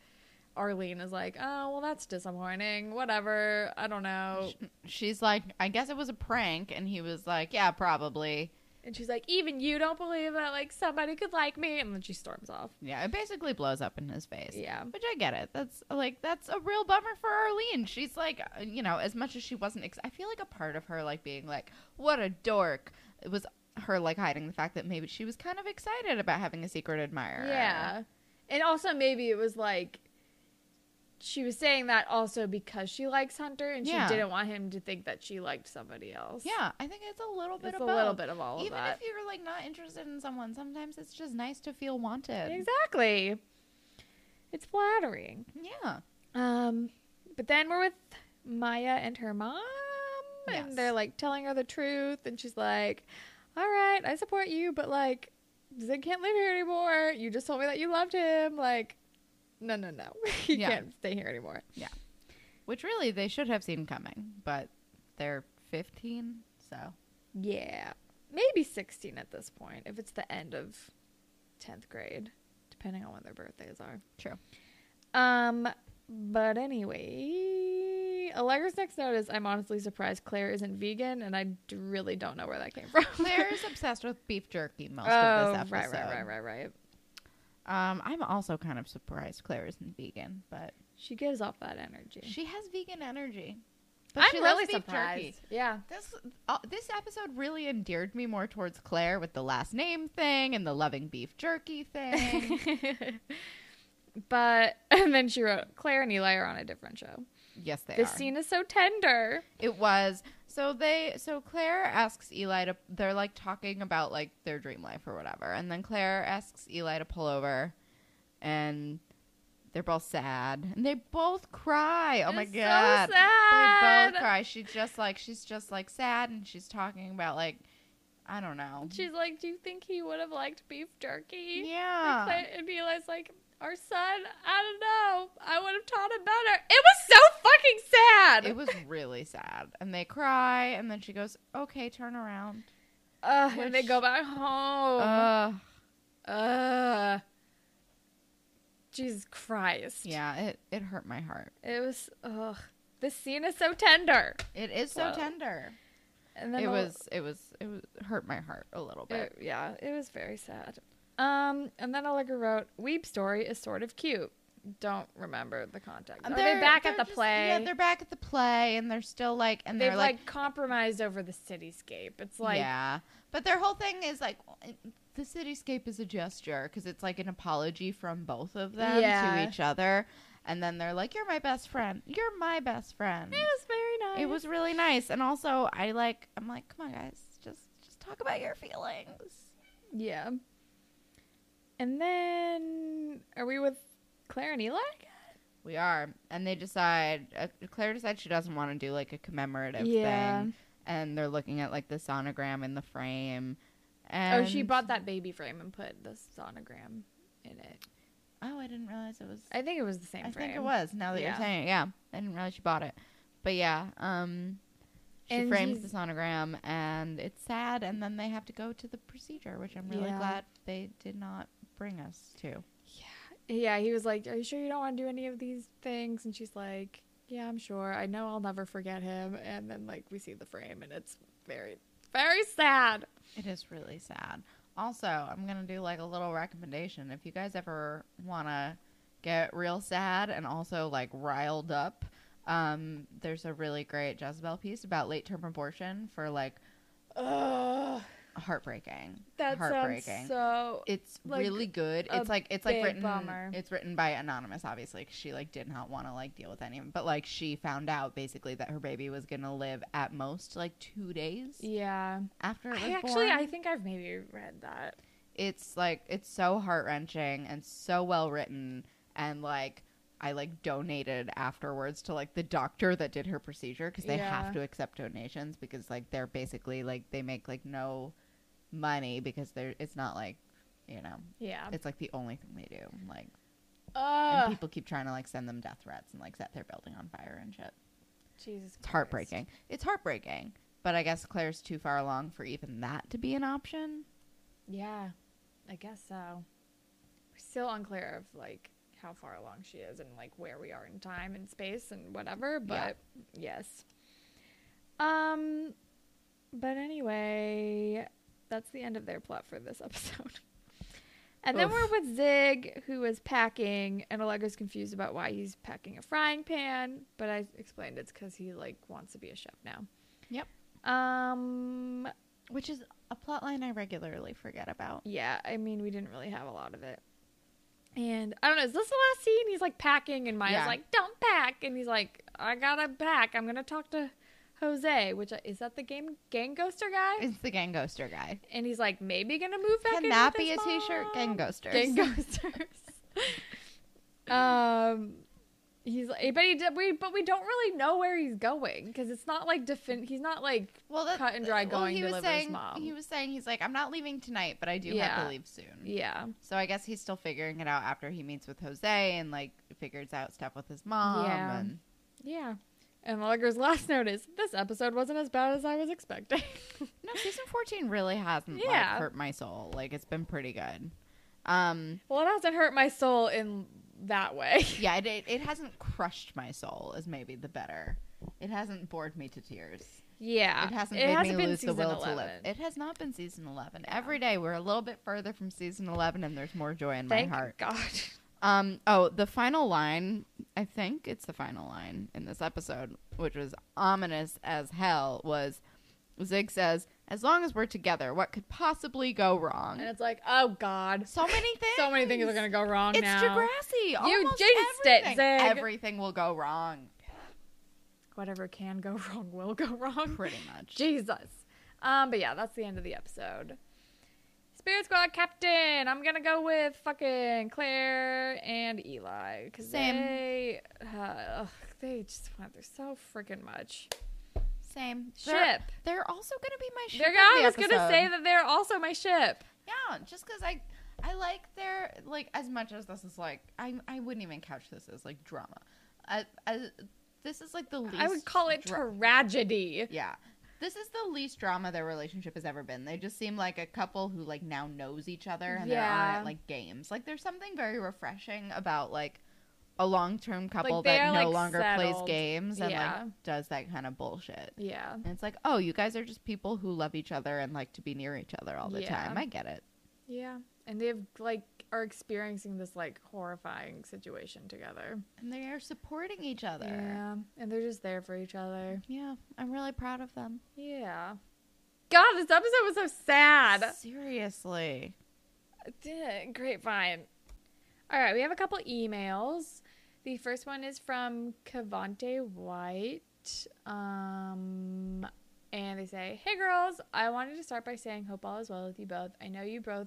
Speaker 2: Arlene is like, "Oh, well, that's disappointing. Whatever. I don't know."
Speaker 1: She's like, I guess it was a prank. And he was like, yeah, probably.
Speaker 2: And she's like, "Even you don't believe that like somebody could like me," and then she storms off.
Speaker 1: Yeah, it basically blows up in his face.
Speaker 2: Yeah.
Speaker 1: Which I get it. That's like, that's a real bummer for Arlene. She's like, uh, you know, as much as she wasn't, ex- I feel like a part of her, like, being like, what a dork. It was her, like, hiding the fact that maybe she was kind of excited about having a secret admirer.
Speaker 2: Yeah. And also maybe it was like she was saying that also because she likes Hunter and
Speaker 1: Yeah.
Speaker 2: she didn't want him to think that she liked somebody else.
Speaker 1: Yeah. I think it's a little bit
Speaker 2: It's a
Speaker 1: of
Speaker 2: little
Speaker 1: both.
Speaker 2: bit of all of
Speaker 1: Even
Speaker 2: that.
Speaker 1: if you're, like, not interested in someone, sometimes it's just nice to feel wanted.
Speaker 2: Exactly. It's flattering.
Speaker 1: Yeah.
Speaker 2: Um but then we're with Maya and her mom
Speaker 1: Yes.
Speaker 2: and they're like telling her the truth and she's like, "All right, I support you, but like Zig can't live here anymore. You just told me that you loved him. Like, no, no, no. <laughs> he
Speaker 1: Yeah.
Speaker 2: can't stay here anymore."
Speaker 1: Which really they should have seen coming, but they're 15, so.
Speaker 2: Yeah. Maybe 16 at this point, if it's the end of 10th grade, depending on when their birthdays are.
Speaker 1: True.
Speaker 2: Um, but anyway, Allegra's next note is I'm honestly surprised Claire isn't vegan, and I d- really don't know where that came
Speaker 1: <laughs>
Speaker 2: from. <laughs>
Speaker 1: Claire's obsessed with beef jerky most
Speaker 2: oh,
Speaker 1: of this episode.
Speaker 2: right, right, right, right, right.
Speaker 1: Um, I'm also kind of surprised Claire isn't vegan, but
Speaker 2: She gives off that energy.
Speaker 1: she has vegan energy.
Speaker 2: I'm
Speaker 1: she
Speaker 2: really
Speaker 1: loves beef
Speaker 2: surprised.
Speaker 1: jerky.
Speaker 2: Yeah.
Speaker 1: This uh, this episode really endeared me more towards Claire with the last name thing and the loving beef jerky
Speaker 2: <laughs>
Speaker 1: thing.
Speaker 2: <laughs> but, <laughs> and then she wrote, Claire and Eli are on a different show.
Speaker 1: yes, they
Speaker 2: This
Speaker 1: are.
Speaker 2: scene is so tender.
Speaker 1: It was So they so Claire asks Eli to they're like talking about like their dream life or whatever. And then Claire asks Eli to pull over and they're both sad. And they both cry. Oh my
Speaker 2: It's so
Speaker 1: god. They
Speaker 2: sad.
Speaker 1: both cry. She just like she's just like sad and she's talking about like I don't know.
Speaker 2: She's like, "Do you think he would have liked beef jerky?"
Speaker 1: yeah.
Speaker 2: Like, and Eli's like, "Our son, I don't know. I would have taught him better." It was so fucking sad.
Speaker 1: it was really sad. And they cry and then she goes, "Okay, turn around."
Speaker 2: Ugh,
Speaker 1: Which-
Speaker 2: and they go back home.
Speaker 1: Ugh.
Speaker 2: Uh, Jesus Christ.
Speaker 1: yeah, it it hurt my heart.
Speaker 2: It was. Ugh. This scene is so tender.
Speaker 1: It is so
Speaker 2: Well,
Speaker 1: tender.
Speaker 2: And then
Speaker 1: it
Speaker 2: the-
Speaker 1: was it was it was hurt my heart a little bit.
Speaker 2: it- yeah, it was very sad. Um, and then Allegra wrote, "Weeb story is sort of cute." Don't remember the context. Are they back at
Speaker 1: Um, they're
Speaker 2: the
Speaker 1: just-
Speaker 2: play?
Speaker 1: Yeah, they're back at the play, and they're still like, and
Speaker 2: They've
Speaker 1: they're
Speaker 2: like,
Speaker 1: like,
Speaker 2: compromised over the cityscape. It's like
Speaker 1: yeah. But their whole thing is like, the cityscape is a gesture because it's like an apology from both of them
Speaker 2: Yeah.
Speaker 1: to each other, and then they're like, "You're my best friend. You're my best friend."
Speaker 2: it was very nice.
Speaker 1: It was really nice, and also I like, I'm like, come on, guys, just just talk about your feelings.
Speaker 2: yeah. And then are we with Claire and Eli?
Speaker 1: We are, and they decide. Uh, Claire decides she doesn't want to do like a commemorative
Speaker 2: Yeah.
Speaker 1: thing, and they're looking at like the sonogram in the frame. And,
Speaker 2: Oh, she bought that baby frame and put the sonogram in it.
Speaker 1: Oh, I didn't realize it was. I,
Speaker 2: I think it was the same frame.
Speaker 1: think it was. Now that you're
Speaker 2: Yeah.
Speaker 1: saying it, yeah, I didn't realize she bought it. But yeah, um, she
Speaker 2: And
Speaker 1: frames the
Speaker 2: he's-
Speaker 1: sonogram, and it's sad. And then they have to go to the procedure, which I'm really
Speaker 2: Yeah.
Speaker 1: glad they did not bring us to.
Speaker 2: Yeah, he was like, "Are you sure you don't want to do any of these things?" And she's like, "Yeah, I'm sure. I know I'll never forget him." And then like we see the frame, and it's very, very sad.
Speaker 1: It is really sad. Also, I'm gonna do like a little recommendation. If you guys ever wanna get real sad and also like riled up, um, there's a really great Jezebel piece about late term abortion for like
Speaker 2: Ugh,
Speaker 1: heartbreaking.
Speaker 2: that
Speaker 1: heartbreaking.
Speaker 2: sounds so.
Speaker 1: it's
Speaker 2: like,
Speaker 1: really good.
Speaker 2: a
Speaker 1: It's like it's like
Speaker 2: big
Speaker 1: written.
Speaker 2: bummer.
Speaker 1: It's written by anonymous, obviously. 'cause she like did not want to like deal with any of it, but like she found out basically that her baby was gonna live at most like two days
Speaker 2: Yeah,
Speaker 1: after it was
Speaker 2: I
Speaker 1: born.
Speaker 2: actually, I think I've maybe read that.
Speaker 1: it's like it's so heart wrenching and so well written and like I like donated afterwards to like the doctor that did her procedure because they
Speaker 2: Yeah.
Speaker 1: have to accept donations because like they're basically like they make like no money because they're it's not like you know
Speaker 2: Yeah.
Speaker 1: it's like the only thing they do like and
Speaker 2: Um. Ugh.
Speaker 1: people keep trying to like send them death threats and like set their building on fire and shit
Speaker 2: Jesus.
Speaker 1: it's heartbreaking it's heartbreaking but I guess Claire's too far along for even that to be an option
Speaker 2: Yeah, I guess so. We're still unclear of like how far along she is and like where we are in time and space and whatever, but yes. Um but anyway, that's the end of their plot for this <laughs> episode. And then
Speaker 1: Oof.
Speaker 2: we're with Zig, who is packing, and Allegra's confused about why he's packing a frying pan, but I explained it's because he like wants to be a chef now.
Speaker 1: Yep.
Speaker 2: Um
Speaker 1: which is a plot line I regularly forget about.
Speaker 2: Yeah, I mean, we didn't really have a lot of it. And I don't know, is this the last scene? He's like packing, and Maya's
Speaker 1: Yeah.
Speaker 2: like, don't pack. And he's like, I gotta pack. I'm gonna talk to Jose, which uh, is that the game gang ghoster guy?
Speaker 1: It's the Gang Ghoster guy.
Speaker 2: And he's like, maybe gonna move back
Speaker 1: Can
Speaker 2: in
Speaker 1: that
Speaker 2: with
Speaker 1: be a
Speaker 2: his
Speaker 1: t-shirt?
Speaker 2: mom."
Speaker 1: Gang Ghosters.
Speaker 2: Gang ghosters. <laughs> um, he's like, but he did, we, but we don't really know where he's going because it's not like defin. He's not like
Speaker 1: <laughs> well,
Speaker 2: Cut and dry going
Speaker 1: he
Speaker 2: to
Speaker 1: was
Speaker 2: Liver's
Speaker 1: saying,
Speaker 2: mom.
Speaker 1: He was saying he's like, I'm not leaving tonight, but I do have
Speaker 2: Yeah.
Speaker 1: to leave soon.
Speaker 2: yeah,
Speaker 1: So I guess he's still figuring it out after he meets with Jose and like figures out stuff with his mom.
Speaker 2: Yeah.
Speaker 1: And
Speaker 2: yeah. And Allegra's last <laughs> note is this episode wasn't as bad as I was expecting. <laughs>
Speaker 1: no, season 14 really hasn't like,
Speaker 2: Yeah.
Speaker 1: hurt my soul. Like it's been pretty good. Um,
Speaker 2: Well, it hasn't hurt my soul in that way.
Speaker 1: yeah, it, it it hasn't crushed my soul. Is maybe the better. It hasn't bored me to tears.
Speaker 2: Yeah,
Speaker 1: It hasn't made me lose the will to live. It has not been season 11. Every day we're a little bit further from season 11 and there's more joy in
Speaker 2: Thank
Speaker 1: my heart.
Speaker 2: God.
Speaker 1: Um oh, the final line, I think it's the final line in this episode, which was ominous as hell, was Zig says, "As long as we're together, what could possibly go wrong?"
Speaker 2: <laughs> And it's like, oh God,
Speaker 1: so many things.
Speaker 2: <laughs> so many things are gonna go wrong
Speaker 1: It's
Speaker 2: now.
Speaker 1: Degrassi.
Speaker 2: You
Speaker 1: Almost
Speaker 2: jinxed it,
Speaker 1: everything.
Speaker 2: Zig.
Speaker 1: Everything will go wrong.
Speaker 2: whatever can go <laughs> wrong will go wrong.
Speaker 1: Pretty much.
Speaker 2: Jesus. Um, but yeah, that's the end of the episode. Spirit Squad Captain. I'm gonna go with fucking Claire and Eli because
Speaker 1: Same.
Speaker 2: they uh, ugh, they just went through so freaking much.
Speaker 1: Same. They're,
Speaker 2: Ship.
Speaker 1: they're also going to be my ship.
Speaker 2: They're,
Speaker 1: of the
Speaker 2: I was gonna
Speaker 1: episode.
Speaker 2: say that they're also my ship.
Speaker 1: Yeah, just because I, I like their like as much as this is like I I wouldn't even couch this as like drama. I, I this is like the least
Speaker 2: I would call it
Speaker 1: dra-
Speaker 2: tragedy.
Speaker 1: yeah. This is the least drama their relationship has ever been. They just seem like a couple who like now knows each other and they're on
Speaker 2: Yeah.
Speaker 1: at like games. Like there's something very refreshing about like a long-term couple
Speaker 2: they
Speaker 1: that
Speaker 2: are,
Speaker 1: no
Speaker 2: like,
Speaker 1: longer plays
Speaker 2: settled.
Speaker 1: games and
Speaker 2: Yeah.
Speaker 1: like does that kind of bullshit.
Speaker 2: Yeah.
Speaker 1: And it's like, oh, you guys are just people who love each other and like to be near each other all the
Speaker 2: Yeah.
Speaker 1: time. I get it.
Speaker 2: Yeah. And they've like are experiencing this like horrifying situation together.
Speaker 1: And they are supporting each other.
Speaker 2: Yeah. And they're just there for each other.
Speaker 1: Yeah, I'm really proud of them.
Speaker 2: Yeah. God, this episode was so sad.
Speaker 1: Seriously.
Speaker 2: Did- Grapevine. All right, we have a couple emails. The first one is from Cavante White. Um, and they say, Hey girls, I wanted to start by saying, Hope all is well with you both. I know you both,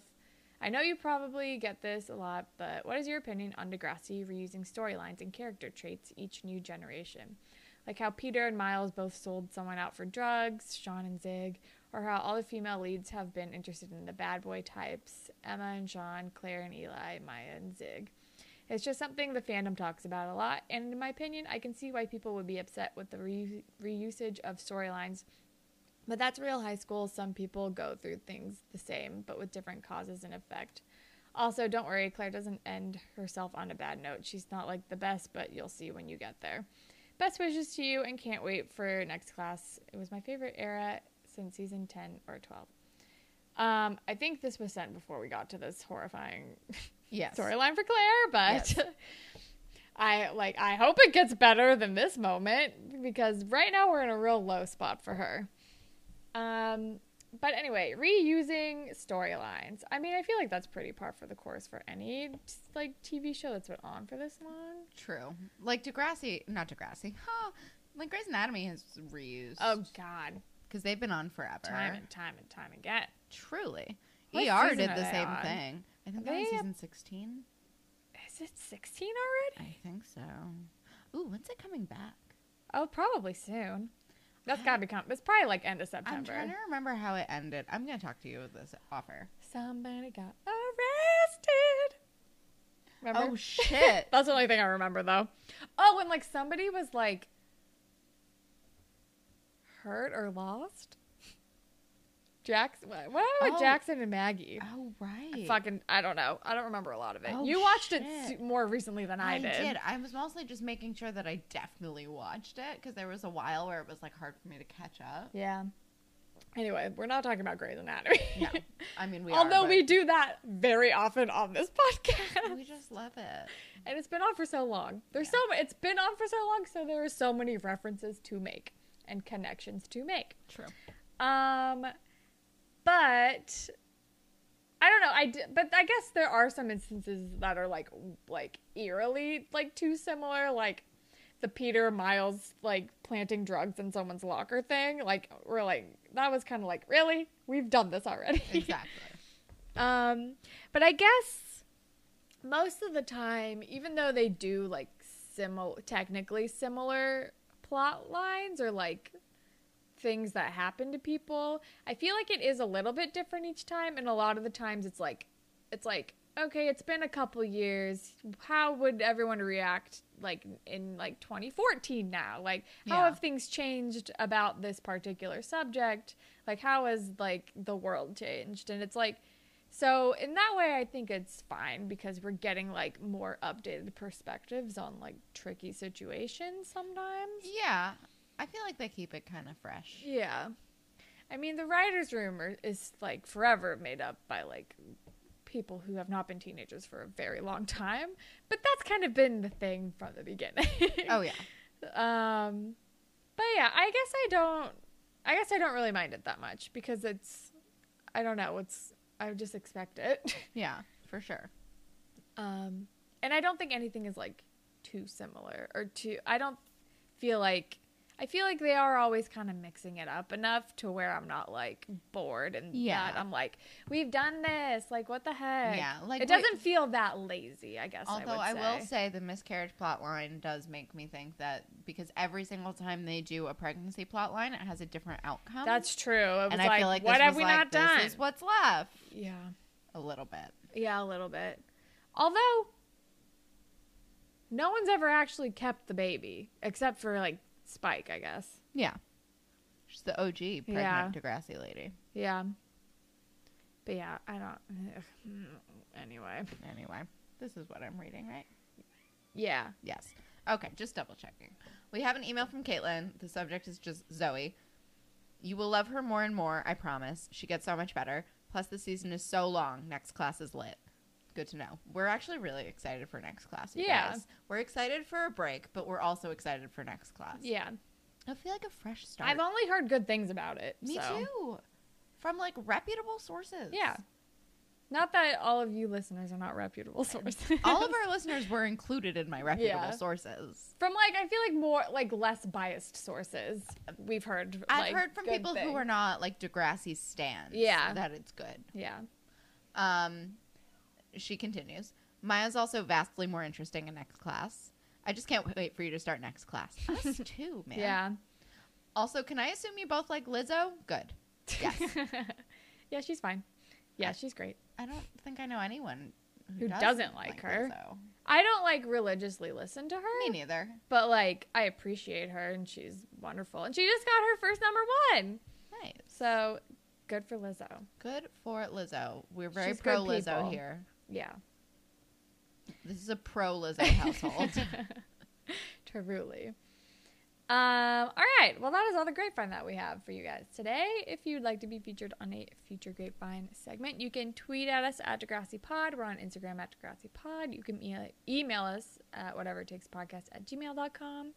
Speaker 2: I know you probably get this a lot, but what is your opinion on Degrassi reusing storylines and character traits each new generation? Like how Peter and Miles both sold someone out for drugs, Sean and Zig, or how all the female leads have been interested in the bad boy types Emma and Sean, Claire and Eli, Maya and Zig. It's just something the fandom talks about a lot, and in my opinion, I can see why people would be upset with the re- reusage of storylines. But that's real high school. Some people go through things the same, but with different causes and effect. Also, don't worry, Claire doesn't end herself on a bad note. She's not like the best, but you'll see when you get there. Best wishes to you and can't wait for next class. It was my favorite era since season 10 or 12. Um, I think this was sent before we got to this horrifying
Speaker 1: Yes.
Speaker 2: storyline for Claire, but
Speaker 1: Yes.
Speaker 2: <laughs> I like I hope it gets better than this moment because right now we're in a real low spot for her. Um but anyway, reusing storylines. I mean, I feel like that's pretty par for the course for any like TV show that's been on for this long.
Speaker 1: True. Like Degrassi, not Degrassi. Huh. Like Grey's Anatomy has reused.
Speaker 2: Oh God,
Speaker 1: Because they've been on forever.
Speaker 2: time and time and time again.
Speaker 1: Truly.
Speaker 2: What
Speaker 1: ER
Speaker 2: season
Speaker 1: did
Speaker 2: are
Speaker 1: the
Speaker 2: they
Speaker 1: same
Speaker 2: on?
Speaker 1: thing. I think
Speaker 2: Are
Speaker 1: that was
Speaker 2: they up-
Speaker 1: season 16.
Speaker 2: Is it sixteen already?
Speaker 1: I think so. Ooh, when's it coming back?
Speaker 2: Oh, probably soon. That's gotta become. It's probably like end of
Speaker 1: I'm
Speaker 2: September.
Speaker 1: trying to remember how it ended. I'm going to talk to you with this offer.
Speaker 2: Somebody got arrested. Remember?
Speaker 1: Oh, shit.
Speaker 2: <laughs>
Speaker 1: <laughs>
Speaker 2: That's the only thing I remember though. Oh, and like somebody was like hurt or lost. Jackson. What happened
Speaker 1: Oh.
Speaker 2: with Jackson and Maggie?
Speaker 1: oh, right.
Speaker 2: Fucking, I don't know. I don't remember a lot of it.
Speaker 1: Oh,
Speaker 2: you watched it
Speaker 1: shit.
Speaker 2: s- more recently than I,
Speaker 1: did. I was mostly just making sure that I definitely watched it because there was a while where it was like hard for me to catch up.
Speaker 2: Yeah. Anyway, we're not talking about Grey's Anatomy.
Speaker 1: No, I mean we.
Speaker 2: <laughs> Although
Speaker 1: are,
Speaker 2: we
Speaker 1: but
Speaker 2: do that very often on this <laughs>
Speaker 1: <laughs>
Speaker 2: podcast.
Speaker 1: we just love it.
Speaker 2: and it's been on for so long. There's so so it's been on for so long, so there are so many references to make and connections to make. <laughs>
Speaker 1: True.
Speaker 2: Um, but I don't know. I d- but I guess there are some instances that are like like eerily like too similar, like the Peter Miles like planting drugs in someone's locker thing. Like we're like that was kind of like really we've done this already. <laughs>
Speaker 1: Exactly.
Speaker 2: Um, but I guess most of the time, even though they do like similar, technically similar plot lines or like things that happen to people, I feel like it is a little bit different each time. And a lot of the times, it's like, it's like, okay, it's been a couple years. How would everyone react like in like 2014 now? Like, how
Speaker 1: Yeah.
Speaker 2: have things changed about this particular subject? Like, how has like the world changed? And it's like, so in that way, I think it's fine because we're getting like more updated perspectives on like tricky situations sometimes.
Speaker 1: yeah, I feel like they keep it kind of fresh.
Speaker 2: Yeah, I mean the writers' room are, is like forever made up by like people who have not been teenagers for a very long time, but that's kind of been the thing from the beginning.
Speaker 1: Oh yeah,
Speaker 2: Um, but yeah, I guess I don't. I guess I don't really mind it that much because it's. I don't know. It's. I just expect it. <laughs>
Speaker 1: yeah, for sure.
Speaker 2: Um, and I don't think anything is like too similar or too. I don't feel like. I feel like they are always kind of mixing it up enough to where I'm not like bored and
Speaker 1: Yeah.
Speaker 2: yeah. I'm like, we've done this. Like, what the heck?
Speaker 1: Yeah, like,
Speaker 2: it
Speaker 1: we-
Speaker 2: doesn't feel that lazy. I guess.
Speaker 1: Although
Speaker 2: I,
Speaker 1: I,
Speaker 2: would
Speaker 1: will say the miscarriage plot line does make me think that because every single time they do a pregnancy plot line, it has a different outcome.
Speaker 2: that's true. It was
Speaker 1: and
Speaker 2: like,
Speaker 1: I feel like
Speaker 2: what
Speaker 1: this
Speaker 2: have
Speaker 1: was
Speaker 2: we
Speaker 1: like,
Speaker 2: not
Speaker 1: this
Speaker 2: done?
Speaker 1: Is what's left?
Speaker 2: yeah,
Speaker 1: A little bit.
Speaker 2: yeah, a little bit. Although, no one's ever actually kept the baby except for like Spike, I guess.
Speaker 1: Yeah. She's the OG pregnant
Speaker 2: Yeah.
Speaker 1: Degrassi lady.
Speaker 2: Yeah. But yeah, I don't. Anyway.
Speaker 1: Anyway, this is what I'm reading, right?
Speaker 2: Yeah.
Speaker 1: Yes. Okay, just double checking. We have an email from Caitlin. The subject is just Zoe. You will love her more and more, I promise. She gets so much better. Plus, the season is so long. Next class is lit. Good to know. We're actually really excited for next class. You
Speaker 2: Yeah.
Speaker 1: Guys. We're excited for a break, but we're also excited for next class.
Speaker 2: Yeah.
Speaker 1: I feel like a fresh start.
Speaker 2: I've only heard good things about it.
Speaker 1: Me
Speaker 2: so.
Speaker 1: too. From like reputable sources.
Speaker 2: Yeah. Not that all of you listeners are
Speaker 1: <laughs>
Speaker 2: not reputable sources.
Speaker 1: All
Speaker 2: <laughs>
Speaker 1: of our listeners were included in my reputable
Speaker 2: Yeah.
Speaker 1: sources.
Speaker 2: From like, I feel like more, like less biased sources we've heard.
Speaker 1: I've
Speaker 2: like,
Speaker 1: heard from
Speaker 2: good
Speaker 1: people who
Speaker 2: things.
Speaker 1: are not like Degrassi stands.
Speaker 2: Yeah.
Speaker 1: That it's good.
Speaker 2: Yeah.
Speaker 1: Um, she continues. Maya's also vastly more interesting in next class. I just can't wait for you to start next
Speaker 2: <laughs>
Speaker 1: class. Us too, man.
Speaker 2: Yeah.
Speaker 1: Also, can I assume you both like Lizzo? Good. Yes.
Speaker 2: <laughs> yeah, she's fine. Yeah, she's great.
Speaker 1: I don't think I know anyone who,
Speaker 2: Who doesn't like her.
Speaker 1: Lizzo.
Speaker 2: I don't like religiously listen to her.
Speaker 1: Me neither.
Speaker 2: But like, I appreciate her and she's wonderful. And she just got her first number one.
Speaker 1: Nice.
Speaker 2: So good for Lizzo.
Speaker 1: Good for Lizzo. We're very
Speaker 2: She's good
Speaker 1: pro Lizzo
Speaker 2: people.
Speaker 1: here.
Speaker 2: Yeah.
Speaker 1: This is a pro Lizzo <laughs> household.
Speaker 2: Truly. Um, all right. Well, that is all the grapevine that we have for you guys today. If you'd like to be featured on a future grapevine segment, you can tweet at us at Degrassi Pod. We're on Instagram at Degrassi Pod. You can e- email us at whatever takes podcast at gmail.com.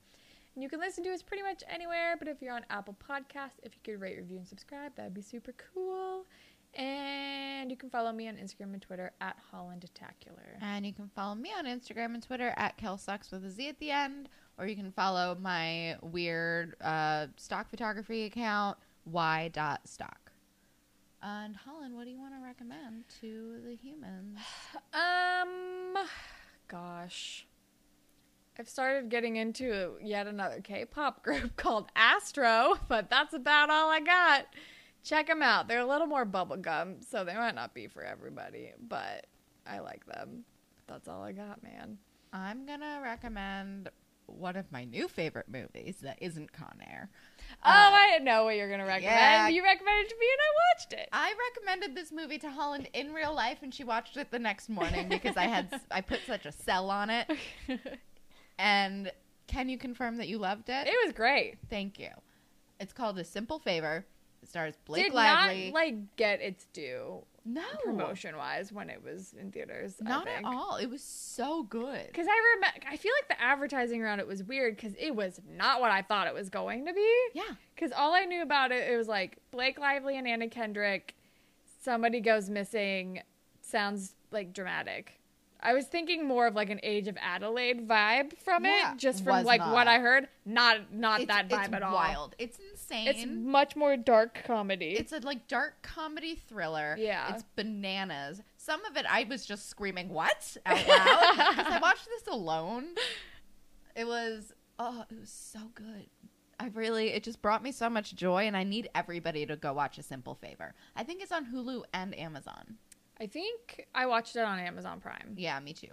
Speaker 2: And you can listen to us pretty much anywhere, but if you're on Apple Podcasts, if you could rate, review, and subscribe, that'd be super cool. And you can follow me on Instagram and Twitter at Holland Tacular.
Speaker 1: And you can follow me on Instagram and Twitter at KelSucks with a Z at the end, or you can follow my weird uh, stock photography account, y.stock. And Holland, what do you want to recommend to the humans?
Speaker 2: Um, gosh. I've started getting into yet another K pop <laughs> group called Astro, but that's about all I got. Check them out. They're a little more bubblegum, so they might not be for everybody, but I like them. That's all I got, man.
Speaker 1: I'm going to recommend one of my new favorite movies that isn't Con Air. Um,
Speaker 2: Oh, I didn't know what you were going to recommend.
Speaker 1: Uh, yeah.
Speaker 2: You recommended it to me and I watched it.
Speaker 1: I recommended this movie to Holland in real life, and she watched it the next morning because I had I put such a sell on <laughs> it. And can you confirm that you loved it?
Speaker 2: <laughs> It was great.
Speaker 1: Thank you. It's called A Simple Favor. It stars Blake
Speaker 2: Did
Speaker 1: Lively.
Speaker 2: not like get its due
Speaker 1: no
Speaker 2: promotion wise when it was in theaters. I
Speaker 1: Not at
Speaker 2: think.
Speaker 1: all. It was so good.
Speaker 2: Because I remember, I feel like the advertising around it was weird because it was not what I thought it was going to be.
Speaker 1: Yeah.
Speaker 2: Because all I knew about it, it was like Blake Lively and Anna Kendrick, somebody goes missing, sounds like dramatic. I was thinking more of like an Age of Adelaide vibe from
Speaker 1: Yeah,
Speaker 2: it, just from
Speaker 1: was
Speaker 2: like
Speaker 1: not.
Speaker 2: what I heard. Not not
Speaker 1: It's,
Speaker 2: that vibe
Speaker 1: it's
Speaker 2: at all.
Speaker 1: wild. It's insane.
Speaker 2: It's
Speaker 1: It's,
Speaker 2: much more dark comedy.
Speaker 1: a like dark comedy thriller.
Speaker 2: Yeah.
Speaker 1: It's bananas. Some of it I was just screaming what out loud
Speaker 2: <laughs>
Speaker 1: 'cause I watched this alone. It was oh, it was so good. I really it just brought me so much joy and I need everybody to go watch A Simple Favor. I think it's on Hulu and Amazon.
Speaker 2: I think I watched it on Amazon Prime.
Speaker 1: Yeah, me too.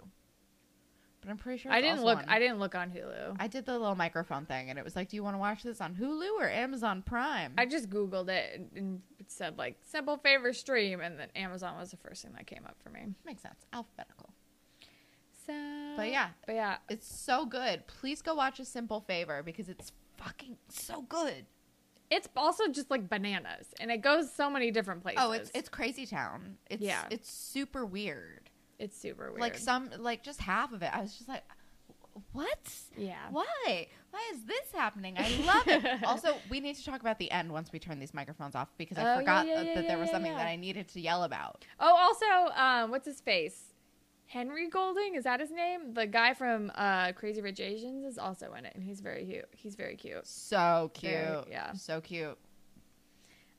Speaker 1: But I'm pretty sure
Speaker 2: I
Speaker 1: it's
Speaker 2: didn't
Speaker 1: also
Speaker 2: look.
Speaker 1: on-
Speaker 2: I didn't look on Hulu.
Speaker 1: I did the little microphone thing, and it was like, "Do you want to watch this on Hulu or Amazon Prime?"
Speaker 2: I just Googled it and- and it said like simple favor stream, and then Amazon was the first thing that came up for me.
Speaker 1: Makes sense. Alphabetical.
Speaker 2: So,
Speaker 1: But yeah.
Speaker 2: but yeah,
Speaker 1: It's so good. Please go watch A Simple Favor because it's fucking so good.
Speaker 2: it's also just like bananas, and it goes so many different places.
Speaker 1: Oh, it's it's Crazy Town. It's
Speaker 2: Yeah.
Speaker 1: it's super weird.
Speaker 2: it's super weird.
Speaker 1: Like some like just half of it. I was just like, "What?
Speaker 2: yeah,
Speaker 1: Why? Why is this happening? I love it." also, we need to talk about the end once we turn these microphones off because I
Speaker 2: Oh, yeah,
Speaker 1: forgot
Speaker 2: yeah,
Speaker 1: that,
Speaker 2: yeah,
Speaker 1: that
Speaker 2: yeah,
Speaker 1: there was
Speaker 2: yeah,
Speaker 1: something
Speaker 2: yeah.
Speaker 1: that I needed to yell about.
Speaker 2: Oh, also, um, what's his face? Henry Golding is that his name? The guy from uh, Crazy Rich Asians is also in it, and he's very cute. He's very cute.
Speaker 1: So cute.
Speaker 2: Very- yeah.
Speaker 1: So cute.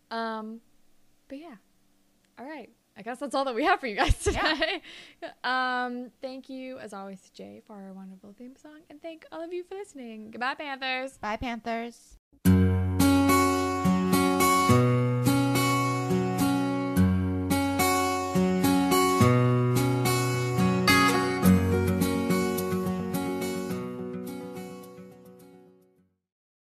Speaker 2: Um, but yeah. All right. I guess that's all that we have for you guys <laughs> today. um, thank you, as always, to Jay for our wonderful theme song, and thank all of you for listening. Goodbye, Panthers.
Speaker 1: Bye, Panthers.